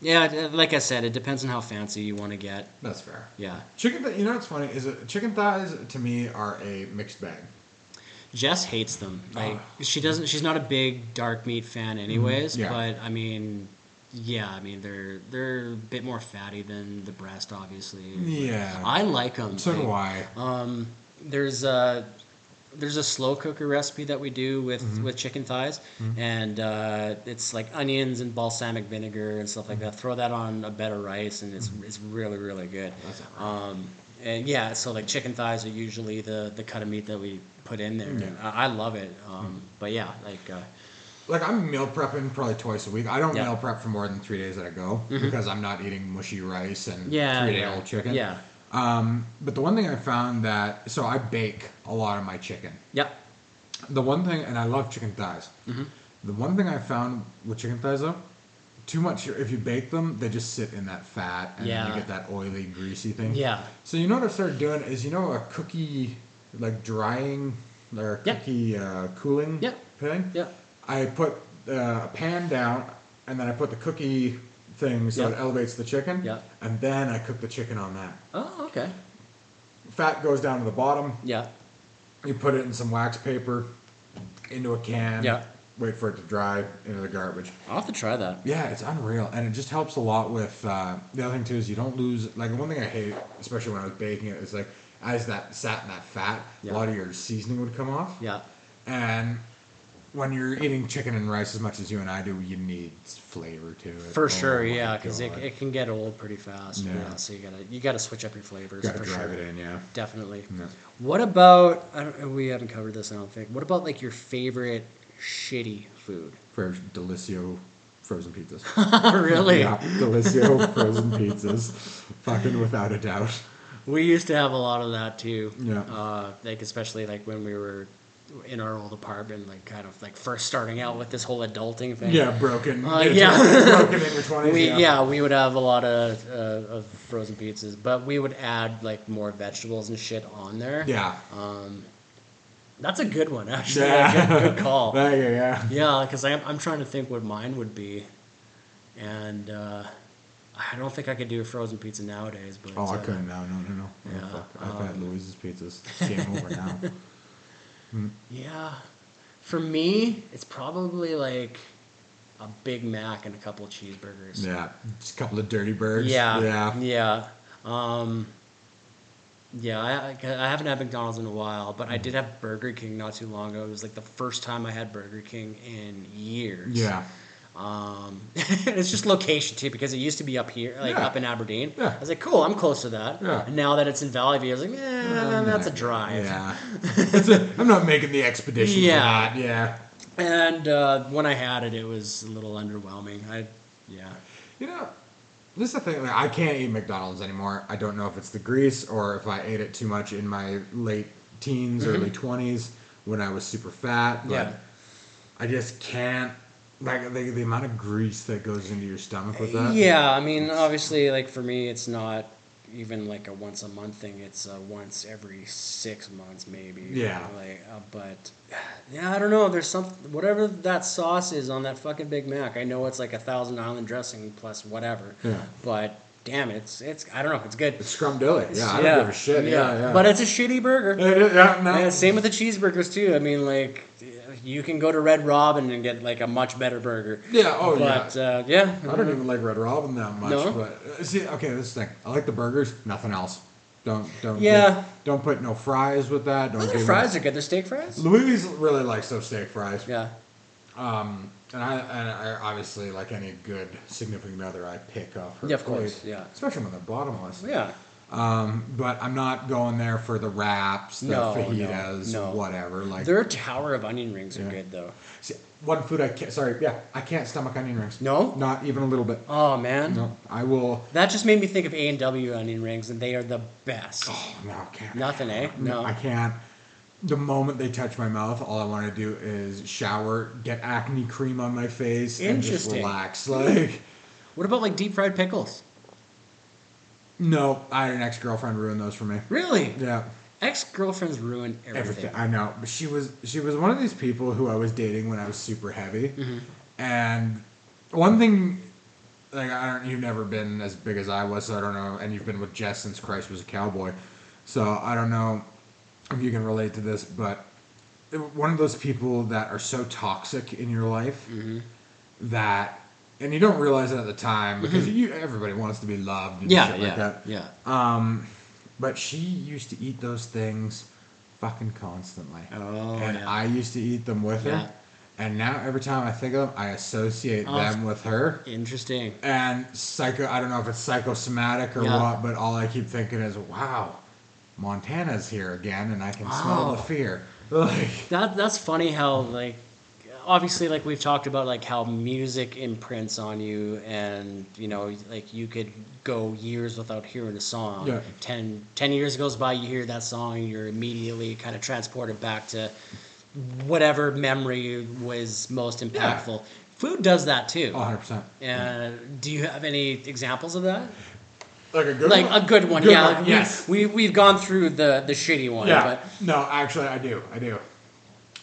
S2: yeah, d- like I said, it depends on how fancy you want to get.
S3: That's fair.
S2: Yeah,
S3: Chicken. Th- you know what's funny is that chicken thighs to me are a mixed bag.
S2: Jess hates them.
S3: Ah.
S2: Like she doesn't. She's not a big dark meat fan, anyways.
S3: Mm-hmm. Yeah.
S2: But I mean, yeah. I mean, they're they're a bit more fatty than the breast, obviously.
S3: Yeah.
S2: I like them.
S3: so do I.
S2: Um, there's a there's a slow cooker recipe that we do with
S3: Mm-hmm.
S2: with chicken thighs, and uh, it's like onions and balsamic vinegar and stuff like
S3: Mm-hmm.
S2: that. Throw that on a bed of rice, and it's it's really really good.
S3: That's not right.
S2: Um, and yeah, so like chicken thighs are usually the the cut of meat that we put in there.
S3: Yeah.
S2: I, I love it. Um, But yeah, like uh,
S3: like I'm meal prepping probably twice a week. I don't
S2: Yeah.
S3: meal prep for more than three days at a go because I'm not eating mushy rice and
S2: Yeah.
S3: three day
S2: yeah.
S3: old chicken.
S2: Yeah.
S3: Um, but the one thing I found that so I bake a lot of my chicken.
S2: Yeah.
S3: The one thing, and I love chicken thighs.
S2: Mm-hmm.
S3: The one thing I found with chicken thighs though, too much. If you bake them, they just sit in that fat, and then
S2: Yeah.
S3: you get that oily, greasy thing.
S2: Yeah.
S3: So you know what I started doing is you know a cookie like drying or
S2: Yeah.
S3: cookie uh, cooling
S2: Yeah.
S3: thing.
S2: Yeah.
S3: I put uh, a pan down, and then I put the cookie thing so
S2: Yeah.
S3: it elevates the chicken.
S2: Yeah.
S3: And then I cook the chicken on that.
S2: Oh, okay.
S3: Fat goes down to the bottom.
S2: Yeah.
S3: You put it in some wax paper, into a can.
S2: Yeah.
S3: Wait for it to dry into the garbage.
S2: I'll have to try that.
S3: Yeah, it's unreal, and it just helps a lot with uh, the other thing too is you don't lose like one thing I hate, especially when I was baking it, is like as that sat in that fat,
S2: Yeah.
S3: a lot of your seasoning would come off.
S2: Yeah.
S3: And when you're eating chicken and rice as much as you and I do, you need flavor to it.
S2: For sure,
S3: Oh my
S2: yeah, because it,
S3: God.
S2: it can get old pretty fast. Yeah.
S3: Yeah.
S2: so you gotta you gotta switch up your flavors.
S3: gotta
S2: for
S3: drive
S2: sure.
S3: it in, yeah.
S2: Definitely.
S3: Yeah.
S2: What about? I don't, we haven't covered this. I don't think. What about like your favorite shitty food?
S3: For Delicio frozen pizzas.
S2: really?
S3: Yeah, Delicio frozen pizzas, fucking without a doubt.
S2: We used to have a lot of that too.
S3: Yeah.
S2: Uh, like especially like when we were in our old apartment, like kind of like first starting out with this whole adulting thing.
S3: Yeah, broken.
S2: Uh,
S3: it's
S2: yeah.
S3: like broken in your twenties.
S2: We yeah. we would have a lot of uh, of frozen pizzas, but we would add like more vegetables and shit on there.
S3: Yeah.
S2: That's a good one actually.
S3: Yeah.
S2: Good, good call.
S3: There you go, Oh, yeah.
S2: Yeah, because I'm, I'm trying to think what mine would be, and uh, I don't think I could do a frozen pizza nowadays. But
S3: Oh, I
S2: uh,
S3: couldn't now. No, no, no. Oh,
S2: Yeah, um,
S3: fuck. I've had Louise's pizzas. It's game over now.
S2: Yeah, for me, it's probably like a Big Mac and a couple cheeseburgers.
S3: Yeah, just a couple of dirty birds.
S2: Yeah,
S3: yeah.
S2: yeah. Um, yeah, I, I I haven't had McDonald's in a while, but I did have Burger King not too long ago. It was like the first time I had Burger King in years.
S3: Yeah.
S2: Um, it's just location too, because it used to be up here, like
S3: Yeah.
S2: up in Aberdeen.
S3: Yeah.
S2: I was like, cool, I'm close to that.
S3: Yeah.
S2: And now that it's in Valley View, I was like, eh, that's a drive.
S3: Yeah. It's a, I'm not making the expedition.
S2: Yeah.
S3: Yeah. That. Yeah.
S2: And uh, when I had it, it was a little underwhelming. I, yeah,
S3: You know, this is the thing. Like, I can't eat McDonald's anymore. I don't know if it's the grease or if I ate it too much in my late teens, early 20s when I was super fat.
S2: Mm-hmm.
S3: But
S2: Yeah.
S3: I just can't. Like the, the amount of grease that goes into your stomach with that.
S2: yeah. I mean, obviously, like for me, it's not even like a once a month thing. It's uh once every six months, maybe.
S3: Yeah.
S2: Like, uh, but yeah, I don't know. There's some whatever that sauce is on that fucking Big Mac. I know it's like a Thousand Island dressing plus whatever.
S3: Yeah.
S2: But damn, it's it's I don't know. It's good.
S3: It's scrumdiddly. Yeah, I don't give a shit. Yeah, yeah.
S2: But it's a shitty burger.
S3: It is- yeah, no.
S2: Yeah, same with the cheeseburgers too. I mean, like you can go to Red Robin and get like a much better burger.
S3: Yeah, oh
S2: but
S3: yeah.
S2: uh, yeah,
S3: I don't even like Red Robin that much.
S2: No?
S3: But uh, see, okay, this thing. I like the burgers. Nothing else. Don't don't
S2: Yeah.
S3: Don't put no fries with that. Don't
S2: Their
S3: give me-
S2: fries are good. Their steak fries.
S3: Louise really likes those steak fries.
S2: Yeah,
S3: Um, and I and I obviously like any good significant other, I pick up her.
S2: Yeah, of course,
S3: plate,
S2: yeah.
S3: Especially when they're bottomless.
S2: Oh,
S3: Um,
S2: yeah,
S3: But I'm not going there for the wraps, the
S2: No, no,
S3: fajitas,
S2: no.
S3: whatever. Like
S2: their tower of onion rings are
S3: Yeah.
S2: good though.
S3: see, one food I can't. Sorry, yeah, I can't stomach onion rings.
S2: No?
S3: not even a little bit.
S2: Oh man,
S3: No, I will.
S2: that just made me think of A and W onion rings, and they are the best.
S3: Oh, no, I can't.
S2: Nothing, eh? No.
S3: I can't. The moment they touch my mouth, all I want to do is shower, get acne cream on my face, and just
S2: Interesting.
S3: relax. Like,
S2: What about like deep fried pickles?
S3: no, I had an ex girlfriend ruin those for me.
S2: Really?
S3: Yeah,
S2: Ex girlfriends ruin everything.
S3: everything. I know, but she was she was one of these people who I was dating when I was super heavy,
S2: Mm-hmm.
S3: and one thing. Like I don't, you've never been as big as I was, so I don't know. And you've been with Jess since Christ was a cowboy, so I don't know if you can relate to this. But one of those people that are so toxic in your life
S2: Mm-hmm.
S3: that, and you don't realize it at the time because you everybody wants to be loved and
S2: Mm-hmm. Yeah,
S3: shit
S2: yeah,
S3: like that. Uh,
S2: yeah.
S3: But she used to eat those things fucking constantly.
S2: Oh,
S3: and
S2: yeah.
S3: I used to eat them with
S2: Yeah.
S3: her. And now every time I think of them, I associate
S2: Oh.
S3: them with her.
S2: Interesting.
S3: And psycho, I don't know if it's psychosomatic or
S2: Yeah.
S3: what, but all I keep thinking is, wow, Montana's here again and I can smell
S2: Wow.
S3: the fear. Like,
S2: That that's funny how like obviously like we've talked about like how music imprints on you and you know like you could go years without hearing a song
S3: Yeah.
S2: Ten ten years goes by you hear that song and you're immediately kind of transported back to whatever memory was most impactful food does that too
S3: Oh, 100%.
S2: uh, do you have any examples of that
S3: Like a good
S2: like a good one
S3: Good
S2: yeah
S3: one,
S2: like,
S3: yes.
S2: we, we, we've gone through the the shitty one
S3: Yeah.
S2: but
S3: No, actually, I do. I do.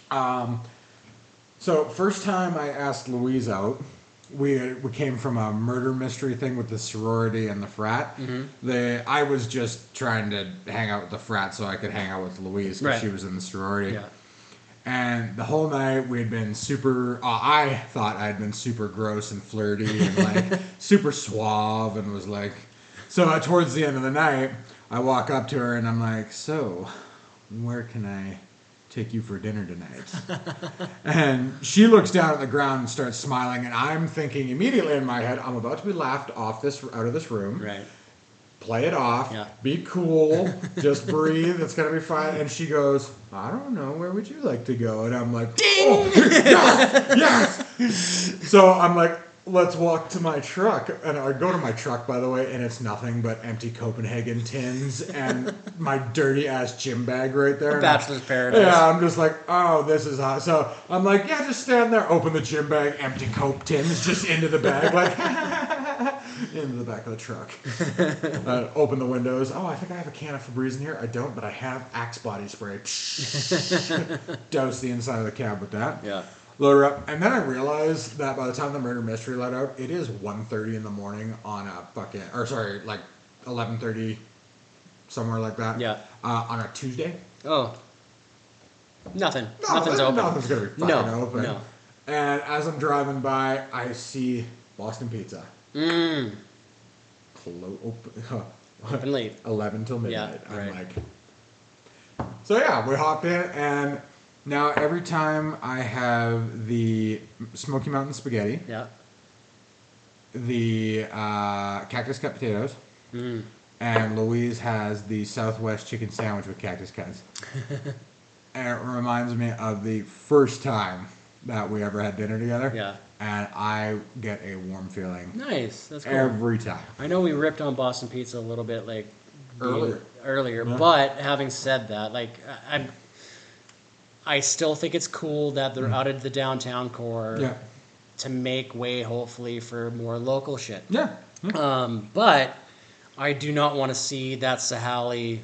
S3: Um, so first time I asked Louise out, we we came from a murder mystery thing with the sorority and the frat.
S2: Mm-hmm.
S3: The I was just trying to hang out with the frat so I could hang out with Louise because
S2: Right.
S3: she was in the sorority.
S2: yeah
S3: And the whole night we had been super. Uh, I thought I had been super gross and flirty and like super suave and was like. So uh, towards the end of the night, I walk up to her and I'm like, "So, where can I take you for dinner tonight?" and she looks down at the ground and starts smiling, and I'm thinking immediately in my head, "I'm about to be laughed off this out of this room."
S2: right
S3: play it off,
S2: Yeah.
S3: be cool, just breathe. It's gonna be fine. And she goes, I don't know. Where would you like to go? And I'm like, Oh, yes, yes. So I'm like, let's walk to my truck. And I go to my truck, by the way, and it's nothing but empty Copenhagen tins and my dirty ass gym bag right there. And I'm-
S2: bachelor's paradise
S3: yeah, I'm just like, oh, this is hot. So I'm like, yeah, just stand there, open the gym bag, empty Coke tins just into the bag, like into the back of the truck. uh, open the windows. Oh, I think I have a can of Febreze in here. I don't, but I have Axe body spray. Douse the inside of the cab with that.
S2: yeah
S3: Load her up, and then I realized that by the time the murder mystery let out, it is 1.30 in the morning on a fucking, or sorry, like eleven thirty, somewhere like that.
S2: Yeah.
S3: Uh, on a Tuesday.
S2: Oh. Nothing.
S3: No,
S2: Nothing's
S3: there-
S2: open.
S3: Nothing's gonna be fucking
S2: No,
S3: open.
S2: no.
S3: And as I'm driving by, I see Boston Pizza.
S2: Mm,
S3: Clo- open,
S2: open late.
S3: eleven till midnight.
S2: Yeah,
S3: I'm
S2: right.
S3: like, so yeah, we hop in, and now every time I have the Smoky Mountain spaghetti,
S2: Yeah.
S3: the uh, cactus cut potatoes,
S2: Mm.
S3: and Louise has the Southwest chicken sandwich with cactus cuts. and it reminds me of the first time that we ever had dinner together.
S2: Yeah.
S3: And I get a warm feeling
S2: Nice. That's cool.
S3: every time.
S2: I know we ripped on Boston Pizza a little bit like the-
S3: Earlier.
S2: Earlier,
S3: Yeah.
S2: but having said that, like I- I'm I still think it's cool that they're out of the downtown core
S3: Mm. Yeah.
S2: to make way hopefully for more local shit.
S3: Yeah. Yeah.
S2: Um, but I do not want to see that Sahali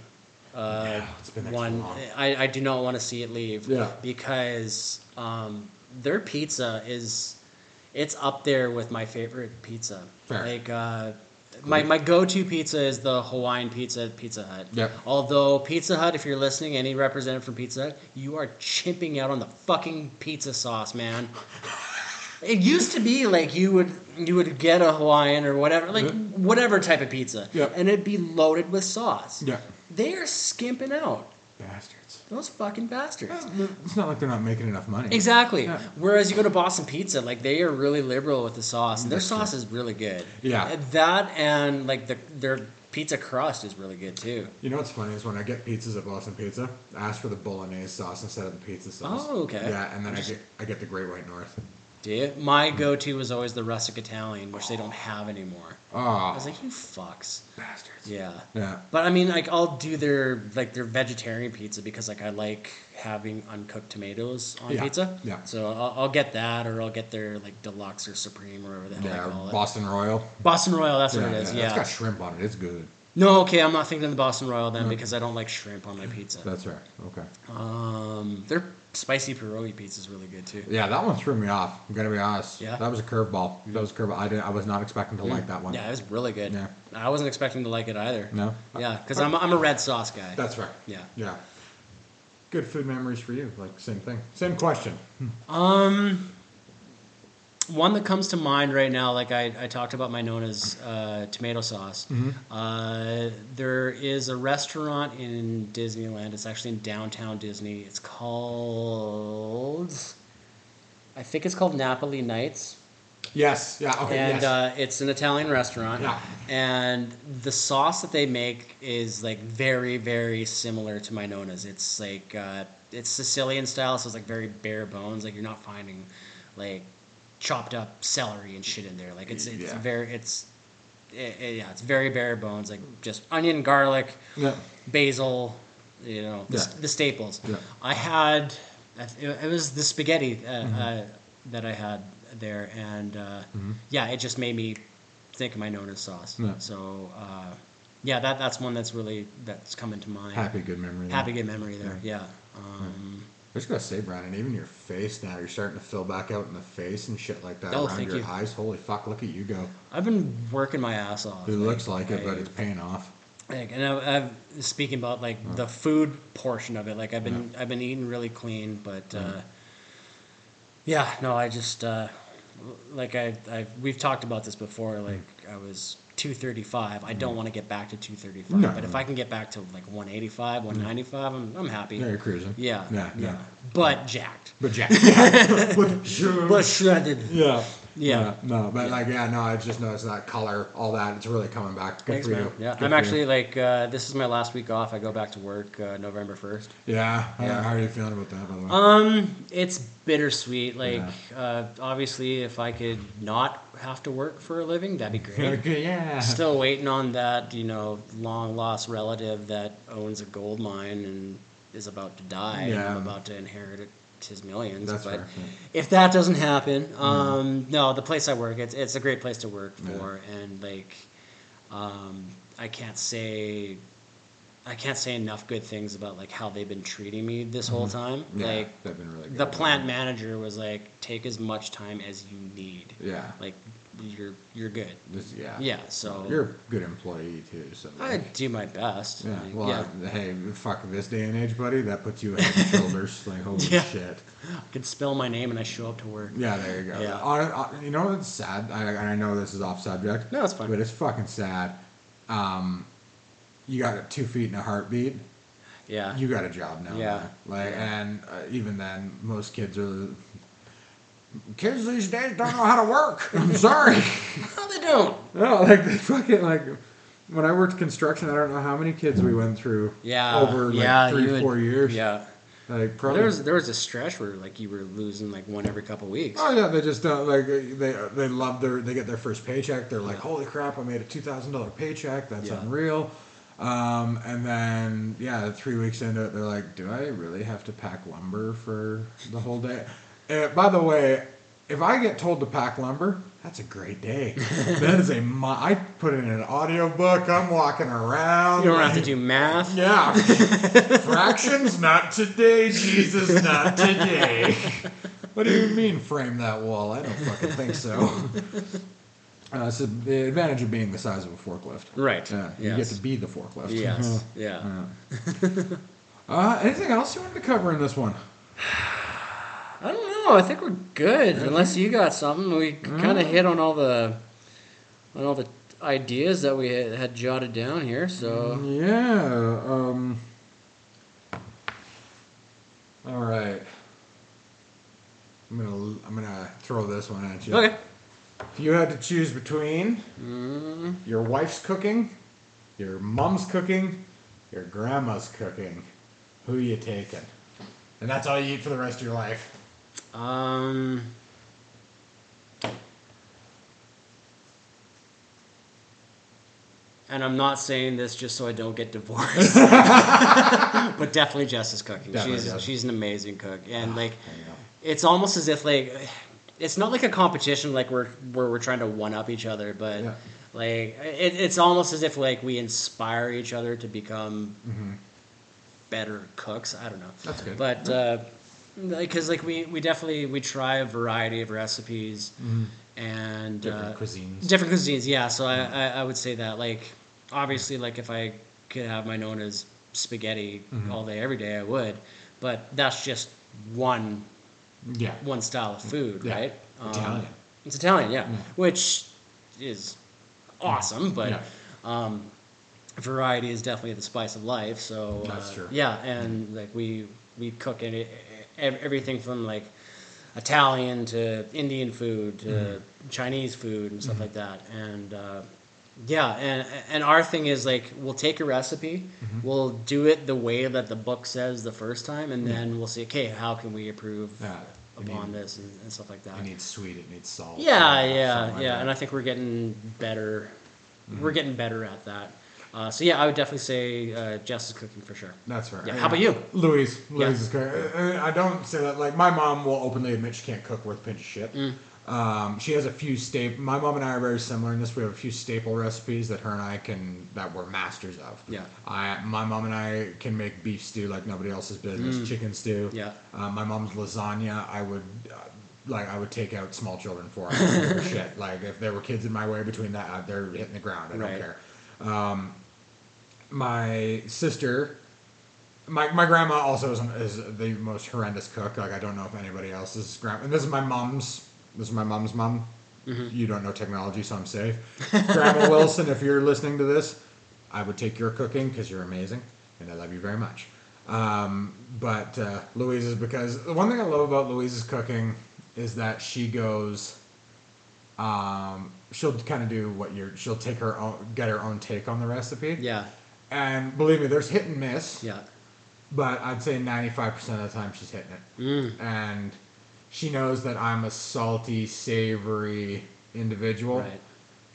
S2: uh,
S3: Yeah, it's been there too
S2: one.
S3: long.
S2: I, I do not want to see it leave
S3: Yeah.
S2: because um, their pizza is it's up there with my favorite pizza.
S3: Fair.
S2: Like uh, my my go to pizza is the Hawaiian pizza at Pizza Hut.
S3: Yep.
S2: Although Pizza Hut, if you're listening, any representative from Pizza Hut, you are chimping out on the fucking pizza sauce, man. It used to be like you would you would get a Hawaiian or whatever, like
S3: Mhm.
S2: whatever type of pizza,
S3: Yeah.
S2: and it'd be loaded with sauce.
S3: Yeah.
S2: They are skimping out
S3: Bastards.
S2: those fucking bastards.
S3: It's not like they're not making enough money.
S2: Exactly.
S3: Yeah.
S2: Whereas you go to Boston Pizza, like they are really liberal with the sauce, and their
S3: That's true.
S2: sauce is really good.
S3: Yeah.
S2: That and like the their pizza crust is really good too.
S3: You know what's funny is when I get pizzas at Boston Pizza, I ask for the bolognese sauce instead of the pizza sauce.
S2: Oh, okay.
S3: Yeah, and then I get I get the Great White North.
S2: Do you? My
S3: Mm.
S2: go-to is always the rustic Italian, which they don't have anymore.
S3: Oh,
S2: I was like, you fucks.
S3: bastards.
S2: Yeah.
S3: Yeah.
S2: But I mean, like I'll do their like their vegetarian pizza because like I like having uncooked tomatoes on
S3: Yeah,
S2: pizza.
S3: yeah.
S2: So I'll, I'll get that, or I'll get their like deluxe or supreme or whatever the hell
S3: Yeah,
S2: they call it.
S3: Boston Royal.
S2: Boston Royal, that's what it is.
S3: it's
S2: Yeah.
S3: got shrimp on it. It's good.
S2: no, okay, I'm not thinking of the Boston Royal
S3: Mm-hmm.
S2: then because I don't like shrimp on my pizza.
S3: That's right. Okay.
S2: Um, their spicy pierogi pizza is really good too.
S3: Yeah, that one threw me off. I'm gonna be honest.
S2: Yeah. Mm-hmm.
S3: That was a curveball. That was a curveball. I didn't. I was not expecting to like that one.
S2: Yeah, it was really good.
S3: Yeah.
S2: I wasn't expecting to like it either.
S3: No.
S2: Yeah, because I'm, I'm a red sauce guy.
S3: That's right.
S2: yeah.
S3: Yeah. Good food memories for you. Like same thing. Same question.
S2: Um, one that comes to mind right now, like I, I talked about my Nona's uh, tomato sauce. Uh, there is a restaurant in Disneyland. It's actually in downtown Disney. It's called, I think it's called Napoli Nights.
S3: Yes. Yeah. Okay.
S2: and
S3: yes.
S2: uh, it's an Italian restaurant.
S3: Yeah.
S2: And the sauce that they make is like very, very similar to my Nona's. It's like uh, it's Sicilian style, so it's like very bare bones. Like you're not finding like chopped up celery and shit in there. Like it's it's
S3: Yeah.
S2: very it's it, it- yeah, it's very bare bones. Like just onion, garlic,
S3: yeah.
S2: basil, you know, the,
S3: Yeah.
S2: the staples.
S3: Yeah.
S2: I had, it it was the spaghetti uh,
S3: Mm-hmm.
S2: uh, that I had there, and uh, yeah, it just made me think of my Nona sauce.
S3: Yeah.
S2: So uh, yeah, that that's one that's really that's coming to mind.
S3: Happy good memory. there.
S2: Happy good memory there. Yeah. Um,
S3: I just gotta say, Brandon, even your face now, you're starting to fill back out in the face and shit like that
S2: Oh,
S3: around
S2: thank
S3: your
S2: you.
S3: eyes. Holy fuck, look at you go.
S2: I've been working my ass off.
S3: It looks like it,
S2: I-
S3: but it's paying off.
S2: Like, and I, I've speaking about like
S3: Mm.
S2: the food portion of it. Like I've been I've been eating really clean, but
S3: Mm.
S2: uh, yeah, no, I just uh, like I I we've talked about this
S3: Mm.
S2: before. Like I was. 235. I don't want to get back to 235,
S3: No. Mm.
S2: but if I can get back to like 185, 195, I'm, I'm happy.
S3: Yeah, you're cruising.
S2: Yeah,
S3: Yeah,
S2: yeah.
S3: yeah.
S2: But jacked.
S3: But Jack, yeah, with shoes.
S2: But shredded.
S3: yeah.
S2: Yeah.
S3: No, but like, yeah, no, I just noticed that color, all that. It's really coming back. Good
S2: Thanks,
S3: for
S2: man.
S3: you.
S2: Yeah,
S3: Good
S2: I'm
S3: for you.
S2: actually like uh, this is my last week off. I go back to work uh, November 1st.
S3: Yeah.
S2: Yeah.
S3: yeah. How are you feeling about that, by the way?
S2: Um, it's bittersweet. Like, uh, obviously, if I could not have to work for a living, that'd be great.
S3: Okay, yeah.
S2: Still waiting on that, you know, long lost relative that owns a gold mine and is about to die. And
S3: Yeah.
S2: I'm about to inherit it, his millions.
S3: That's
S2: but
S3: fair, yeah. Mm.
S2: if that doesn't happen, um, no, the place I work, it's it's a great place to work for, and like, um, I can't say. I can't say enough good things about like how they've been treating me this whole time.
S3: Mm-hmm. yeah,
S2: Like
S3: they've been really good.
S2: the plant manager was like, take as much time as you need.
S3: Yeah.
S2: Like, you're you're good.
S3: This- yeah.
S2: Yeah. So
S3: You're a good employee, too. So
S2: I do my best.
S3: Yeah.
S2: Like,
S3: Well,
S2: yeah.
S3: I- hey, fuck this day and age, buddy. That puts you head and shoulders. Like, holy
S2: Yeah.
S3: shit.
S2: I could spell my name and I show up to work.
S3: Yeah, there you go.
S2: Yeah.
S3: On, on, you know what's sad? I, and I know this is off subject.
S2: No, it's fine.
S3: But it's fucking sad. Um, you got two feet in a heartbeat.
S2: Yeah.
S3: You got a job now.
S2: Yeah.
S3: man. Like, and uh, even then, most kids are. Kids these days don't know how to work. I'm sorry.
S2: no, they don't.
S3: No, like they fucking like when I worked construction, I don't know how many kids we went through.
S2: Yeah.
S3: over like
S2: yeah,
S3: three
S2: you would-
S3: four years.
S2: Yeah.
S3: like probably.
S2: There was there was a stretch where like you were losing like one every couple weeks.
S3: oh yeah, they just don't like they they love their they get their first paycheck. They're like, holy crap, I made a two thousand dollar paycheck. That's
S2: Yeah.
S3: unreal. Um, and then yeah, three weeks into it, they're like, do I really have to pack lumber for the whole day? Uh, by the way. If I get told to pack lumber, that's a great day. that is a mo- I put it in an audiobook. I'm walking around.
S2: You don't have to
S3: like-
S2: do math.
S3: Yeah. Fractions? Not today, Jesus, not today. What do you mean, frame that wall? I don't fucking think so. Uh, it's the- the advantage of being the size of a forklift.
S2: Right.
S3: Yeah, You
S2: Yes.
S3: get to be Uh-huh. the forklift.
S2: Yes. Yeah.
S3: Uh, anything else you wanted to cover in this one?
S2: I don't know. I think we're good, unless you got something. We kind of hit on all the on all the ideas that we had, had jotted down here. So
S3: Yeah. Um, all right. I'm gonna I'm gonna throw this one at you.
S2: okay,
S3: If you had to choose between
S2: Mm-hmm.
S3: your wife's cooking, your mom's cooking, your grandma's cooking, who you taking? And that's all you eat for the rest of your life.
S2: um, and I'm not saying this just so I don't get divorced, but definitely Jess is cooking.
S3: Definitely
S2: she's
S3: Jess.
S2: she's an amazing cook, and like
S3: you go.
S2: it's almost as if like it's not like a competition like we're where we're trying to one up each other but
S3: Yeah.
S2: like it, it's almost as if like we inspire each other to become better cooks i don't know
S3: Mm-hmm. That's good.
S2: but uh because like we we definitely we try a variety of recipes and
S3: Mm-hmm. Different
S2: uh,
S3: cuisines.
S2: different cuisines yeah so I, I i would say that like obviously like if i could have my known as spaghetti
S3: Mm-hmm.
S2: all day every day i would but that's just one
S3: Yeah.
S2: one style of food,
S3: Yeah.
S2: right? Um,
S3: Italian. Mm.
S2: It's Italian, yeah, which is awesome, but
S3: Yeah.
S2: um, variety is definitely the spice of life. So uh,
S3: That's true. Mm.
S2: Yeah, and like we we cook any, e- everything e-, from like Italian to Indian food to
S3: Mm.
S2: Chinese food and stuff like that. And uh, yeah, and and our thing is like we'll take a recipe,
S3: Mm-hmm.
S2: we'll do it the way that the book says the first time, and then we'll see okay how can we improve
S3: Yeah, it
S2: upon
S3: need-
S2: this and, and stuff like that.
S3: It needs sweet. It needs salt.
S2: Yeah,
S3: something
S2: yeah,
S3: like
S2: yeah,
S3: that. Mm-hmm.
S2: and I think we're getting better. We're getting better at that. Uh, so yeah, I would definitely say uh, Jess is cooking for sure.
S3: That's right.
S2: Yeah, how about you?
S3: Louise? Louise
S2: Yeah.
S3: is good. Uh, uh, I don't say that. Like my mom will openly admit she can't cook worth a pinch of shit.
S2: Mm.
S3: Um, she has a few staple. My mom and I are very similar in this. We have a few staple recipes that her and I can that we're masters of.
S2: Yeah.
S3: I my mom and I can make beef stew like nobody else's business. Chicken stew.
S2: Mm. Yeah.
S3: Uh, my mom's lasagna. I would. Uh, like I would take out small children for I don't give a shit. Like if there were kids in my way between that, uh, they're hitting the ground. I
S2: Right.
S3: don't care. Um, my sister my, my grandma also is, is the most horrendous cook like i don't know if anybody else's grandma and this is my mom's this is my mom's mom you don't know technology so i'm safe grandma wilson if you're listening to this i would take your cooking because you're amazing and i love you very much um, but uh, louise is because the one thing i love about louise's cooking is that she goes um, she'll kind of do what you're she'll take her own get her own take on the recipe
S2: Yeah,
S3: and believe me, there's hit and miss.
S2: yeah,
S3: But I'd say 95% of the time she's hitting it.
S2: Mm.
S3: And she knows that I'm a salty, savory individual.
S2: right.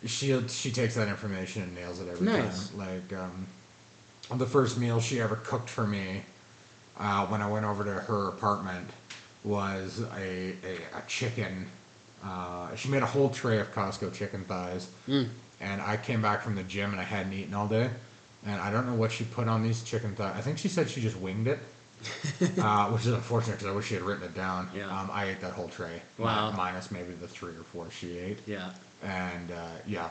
S3: She she takes that information and nails it every
S2: Nice.
S3: time. Like um, the first meal she ever cooked for me uh, when I went over to her apartment was a a, a chicken. Uh, she made a whole tray of Costco chicken thighs,
S2: Mm.
S3: and I came back from the gym and I hadn't eaten all day, and I don't know what she put on these chicken thighs. I think she said she just winged it, uh, which is unfortunate because I wish she had written it down.
S2: Yeah.
S3: Um, I ate that whole tray, mi-
S2: Wow.
S3: minus maybe the three or four she ate
S2: Yeah,
S3: and uh, yeah,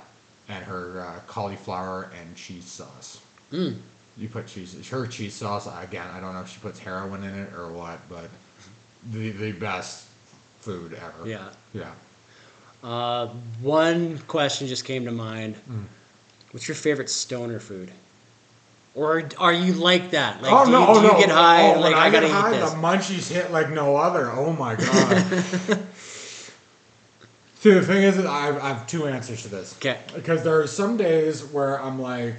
S3: and her uh, cauliflower and cheese sauce. You put cheese, her cheese sauce again. I don't know if she puts heroin in it or what, but the the best food ever.
S2: yeah.
S3: yeah.
S2: Uh, one question just came to mind.
S3: Hmm.
S2: What's your favorite stoner food? Or are you like that?
S3: Oh,
S2: Like, do you, do you get high? and
S3: when
S2: like, I,
S3: get
S2: gotta
S3: high,
S2: eat this.
S3: The munchies hit like no other. Oh my god. See, the thing is, that I've, I've two answers to this.
S2: 'Kay.
S3: Because there are some days where I'm like,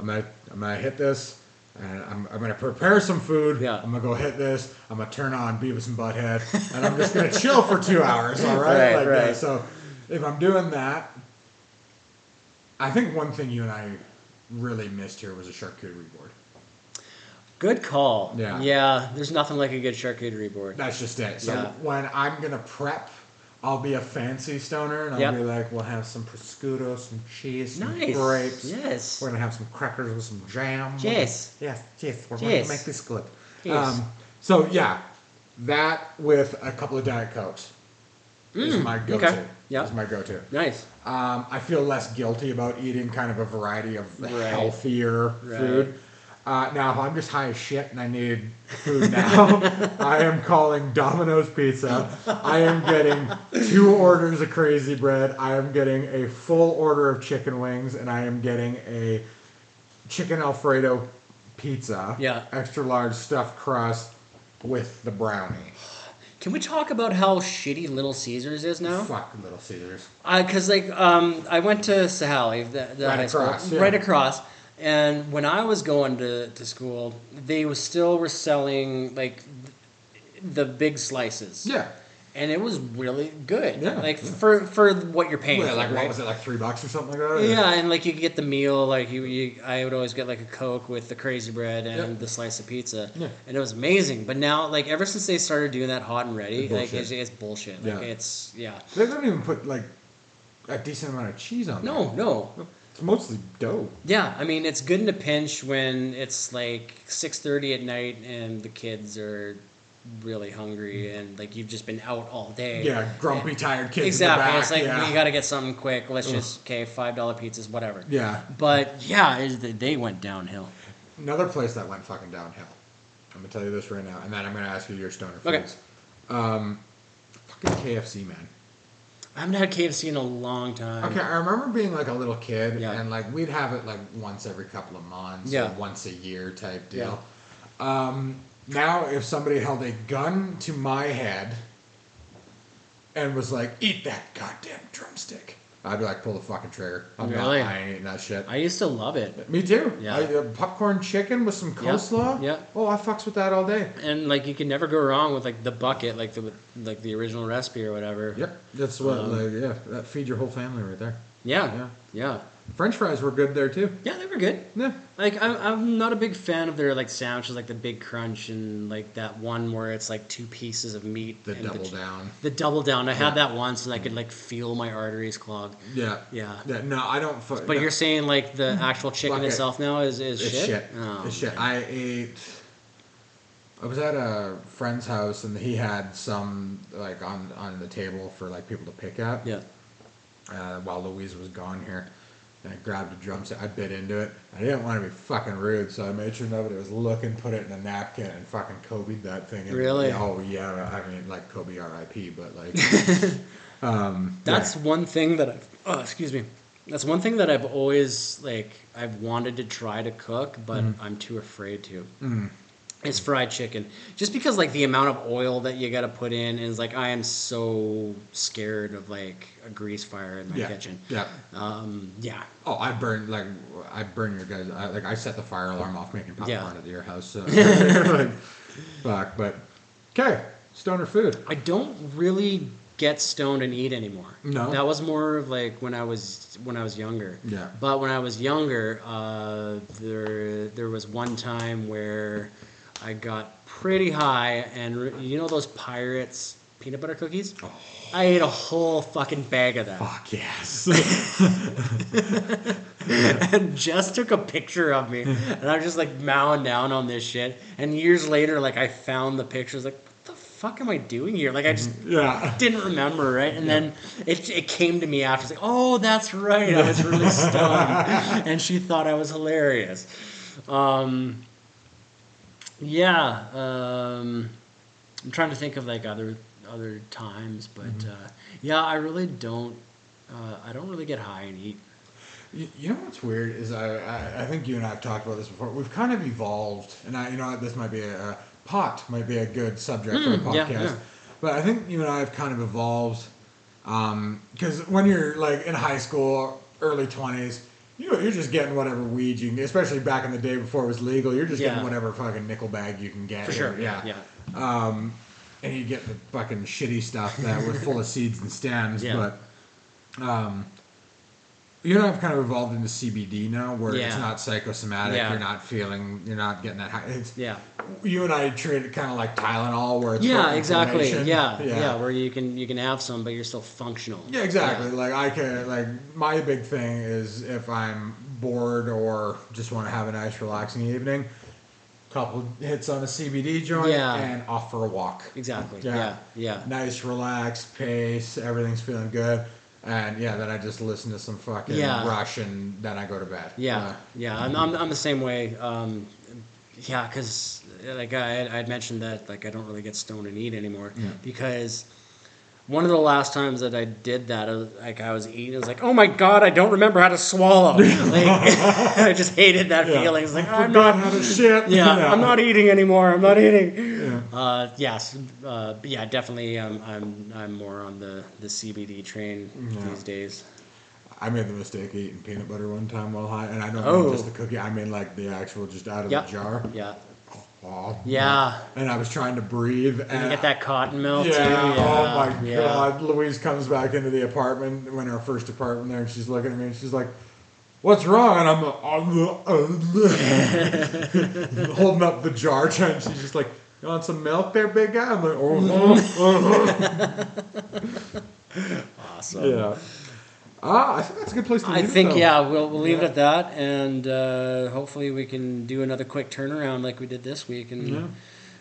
S3: I'm gonna I'm gonna hit this, and I'm, I'm gonna prepare some food.
S2: Yeah.
S3: I'm gonna go hit this. I'm gonna turn on Beavis and Butthead, and I'm just gonna chill for two hours. All right.
S2: Right,
S3: like, uh,
S2: right.
S3: So if I'm doing that, I think one thing you and I really missed here was a charcuterie board.
S2: Good call.
S3: Yeah.
S2: Yeah. There's nothing like a good charcuterie board.
S3: That's just it. So
S2: Yeah.
S3: when I'm gonna prep, I'll be a fancy stoner and I'll
S2: Yep.
S3: be like, we'll have some prosciutto, some cheese, some
S2: Nice.
S3: grapes.
S2: Yes.
S3: We're gonna have some crackers with some jam. We're gonna-
S2: Yes.
S3: yes, yes. We're
S2: Yes.
S3: gonna make this good.
S2: Yes.
S3: Um, so yeah, that with a couple of diet cokes is my
S2: Mm, okay.
S3: go-to.
S2: Yeah.
S3: is my go-to.
S2: Nice.
S3: Um, I feel less guilty about eating kind of a variety of
S2: Right.
S3: healthier
S2: Right.
S3: food. Uh, now, if I'm just high as shit and I need food now, I am calling Domino's Pizza. I am getting two orders of crazy bread. I am getting a full order of chicken wings, and I am getting a chicken Alfredo pizza.
S2: Yeah.
S3: Extra large stuffed crust with the brownie.
S2: Can we talk about how shitty Little Caesars is now?
S3: Fuck Little Caesars.
S2: Because like um, I went to Sahali, the, the
S3: Right
S2: high school,
S3: across, yeah.
S2: right across, and when I was going to, to school, they was still were selling like th- the big slices.
S3: Yeah.
S2: and it was really good.
S3: Yeah,
S2: like
S3: yeah.
S2: for for what you're paying.
S3: Yeah,
S2: for,
S3: like
S2: right?
S3: what was it, like three bucks or something like that?
S2: Yeah, and like you could get the meal, like you, you I would always get like a Coke with the crazy bread and
S3: Yep.
S2: the slice of pizza.
S3: Yeah.
S2: And it was amazing. But now like ever since they started doing that hot and ready,
S3: It's
S2: like
S3: bullshit.
S2: it's, it's bullshit. Like
S3: Yeah.
S2: it's yeah.
S3: They don't even put like a decent amount of cheese on.
S2: No, no.
S3: there. it's mostly dough.
S2: Yeah, I mean it's good in a pinch when it's like six thirty at night and the kids are really hungry and like you've just been out all day.
S3: Mm. Yeah, grumpy, tired kids.
S2: Exactly.
S3: In the back.
S2: It's like
S3: yeah.
S2: we gotta get something quick. Let's
S3: Ugh.
S2: just okay, five dollar pizzas, whatever.
S3: yeah.
S2: But yeah, is that they went downhill.
S3: Another place that went fucking downhill. I'm gonna tell you this right now, and then I'm gonna ask you your stoner foods.
S2: Okay.
S3: Um, fucking KFC, man.
S2: I haven't had KFC in a long time.
S3: Okay, I remember being like a little kid,
S2: Yeah.
S3: and like we'd have it like once every couple of months,
S2: Yeah.
S3: or once a year type deal. Um, now, if somebody held a gun to my head and was like, "Eat that goddamn drumstick." I'd be like, "Pull the fucking trigger." I'm
S2: Really?
S3: not. I ain't eating that shit.
S2: I used to love it.
S3: Me too.
S2: Yeah.
S3: I, uh, popcorn chicken with some coleslaw.
S2: yeah.
S3: Oh, I fucks with that all day.
S2: And like you can never go wrong with like the bucket, like the with, like the original recipe or whatever.
S3: Yep. That's what.
S2: Um,
S3: like, yeah. That feed your whole family right there.
S2: Yeah.
S3: Yeah.
S2: Yeah. Yeah.
S3: French fries were good there too.
S2: they were good.
S3: Yeah.
S2: Like I'm, I'm not a big fan of their like sandwiches, like the big crunch and like that one where it's like two pieces of meat.
S3: The
S2: and
S3: double
S2: ch-
S3: down.
S2: The double down. I
S3: Yeah.
S2: had that once, and I could like feel my arteries clog.
S3: Yeah.
S2: Yeah.
S3: Yeah, no, I don't. Fu-
S2: But
S3: no,
S2: you're saying like the actual chicken
S3: Bucket.
S2: itself now is is
S3: it's
S2: shit.
S3: shit.
S2: Oh,
S3: it's shit.
S2: okay.
S3: I ate. I was at a friend's house and he had some like on on the table for like people to pick up.
S2: Yeah.
S3: uh, while Louise was gone here. And I grabbed a drumstick. I bit into it. I didn't want to be fucking rude, so I made sure nobody was looking, put it in a napkin, and fucking Kobe'd that thing. And,
S2: Really?
S3: Oh, yeah. I mean, like Kobe RIP, but like. um,
S2: That's one thing that I've. Oh, excuse me. That's one thing that I've always like. I've wanted to try to cook, but I'm too afraid to.
S3: Mm.
S2: It's fried chicken, just because like the amount of oil that you got to put in is like I am so scared of like a grease fire in my
S3: yeah,
S2: kitchen.
S3: Yeah.
S2: Um. Yeah.
S3: Oh, I burned, like, I burned your guys. I, like, I set the fire alarm off making popcorn
S2: Yeah.
S3: at your house, so. like, fuck, but. Okay. Stoner food.
S2: I don't really get stoned and eat anymore.
S3: No?
S2: that was more of like when I was when I was younger.
S3: Yeah.
S2: But when I was younger, uh, there there was one time where I got pretty high, and re- you know those pirates peanut butter cookies? I ate a whole fucking bag of that,
S3: Oh. Fuck yes.
S2: and just took a picture of me, and I'm just like mowing down on this shit. And years later, like I found the pictures, like what the fuck am I doing here? Like I just
S3: yeah.
S2: didn't remember, right? And then it, it came to me after, it's like, oh, that's right, I was really stoned. and she thought I was hilarious. Um, yeah, um, I'm trying to think of like other other times, but
S3: Mm-hmm.
S2: uh, yeah, I really don't. Uh, I don't really get high and eat.
S3: You you know what's weird is I, I I think you and I have talked about this before. We've kind of evolved, and I you know this might be a, a pot might be a good subject for a
S2: Mm, yeah,
S3: podcast,
S2: yeah.
S3: but I think you and I have kind of evolved because when you're like in high school, early twenties, you you're just getting whatever weed you can, especially back in the day before it was legal. You're just
S2: Yeah.
S3: getting whatever fucking nickel bag you can get.
S2: For sure.
S3: yeah,
S2: Yeah.
S3: and you get the fucking shitty stuff that was full of seeds and stems.
S2: Yeah.
S3: But um, you know, I've kind of evolved into CBD now, where it's
S2: Yeah.
S3: not psychosomatic.
S2: Yeah.
S3: You're not feeling. You're not getting that high. It's,
S2: Yeah.
S3: You and I treat it kind of like Tylenol, where it's
S2: Yeah,
S3: for
S2: exactly.
S3: inflammation.
S2: Yeah, yeah, Where you can you can have some, but you're still functional.
S3: Yeah, exactly. Like I can like my big thing is if I'm bored or just want to have a nice relaxing evening, couple hits on a CBD joint
S2: Yeah.
S3: and off for a walk.
S2: Exactly.
S3: Yeah.
S2: Yeah. Yeah.
S3: Nice relaxed pace, everything's feeling good. And yeah, then I just listen to some fucking
S2: Yeah.
S3: rush and then I go to bed.
S2: Yeah, yeah, I'm, I'm, I'm the same way. Um, yeah, because like I I'd mentioned that like I don't really get stoned and eat anymore because one of the last times that I did that, I was, like I was eating, I was like, oh my god, I don't remember how to swallow. like I just hated that
S3: Yeah.
S2: feeling. It's like
S3: I
S2: I'm
S3: forgot
S2: not.
S3: how to shit.
S2: Yeah, I'm not eating anymore. I'm not eating.
S3: Yeah.
S2: Uh, yes, uh, but yeah, definitely. Um, I'm I'm more on the, the CBD train
S3: Yeah.
S2: these days.
S3: I made the mistake of eating peanut butter one time while high, and I don't mean
S2: Oh.
S3: just the cookie. I mean like the actual, just out of
S2: Yeah.
S3: the jar.
S2: Yeah,
S3: Oh,
S2: yeah.
S3: and I was trying to breathe. And
S2: You get that cotton
S3: Yeah,
S2: mouth too.
S3: Oh my
S2: yeah.
S3: god. Louise comes back into the apartment when our first apartment there, and she's looking at me, and she's like, "What's wrong?" And I'm uh, holding up the jar, and she's just like, "You want some milk, there, big guy?" I'm like, "Oh, uh, uh."
S2: Awesome.
S3: yeah." Ah, I think that's a good place to leave
S2: I
S3: it,
S2: think
S3: though.
S2: yeah, we'll, we'll leave
S3: Yeah.
S2: it at that, and uh, hopefully we can do another quick turnaround like we did this week and
S3: Yeah.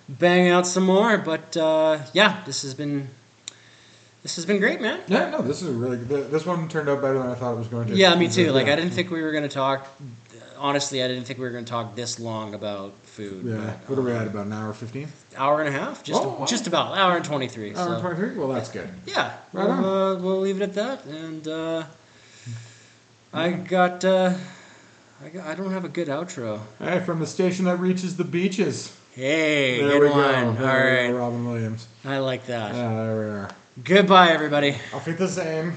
S2: bang out some more. But uh, yeah, this has been this has been great, man.
S3: Yeah, no, this is a really good. This one turned out better than I thought it was going to.
S2: Yeah, me too. Like
S3: Yeah.
S2: I didn't think we were gonna talk. Honestly, I didn't think we were gonna talk this long about food.
S3: Yeah, what are we at? About an hour fifteen?
S2: but hour and a half, just
S3: Oh, wow.
S2: just about hour and twenty three.
S3: Hour twenty three? Well, that's good.
S2: Yeah,
S3: Right
S2: we'll, Uh, we'll leave it at that. And uh, I got, uh, I got, I don't have a good outro.
S3: Hey, from the station that reaches the beaches.
S2: Hey,
S3: There we
S2: good
S3: go.
S2: one. All
S3: There we go,
S2: right.
S3: Robin Williams.
S2: I like that.
S3: Yeah, there we are.
S2: Goodbye, everybody.
S3: Auf Wiedersehen.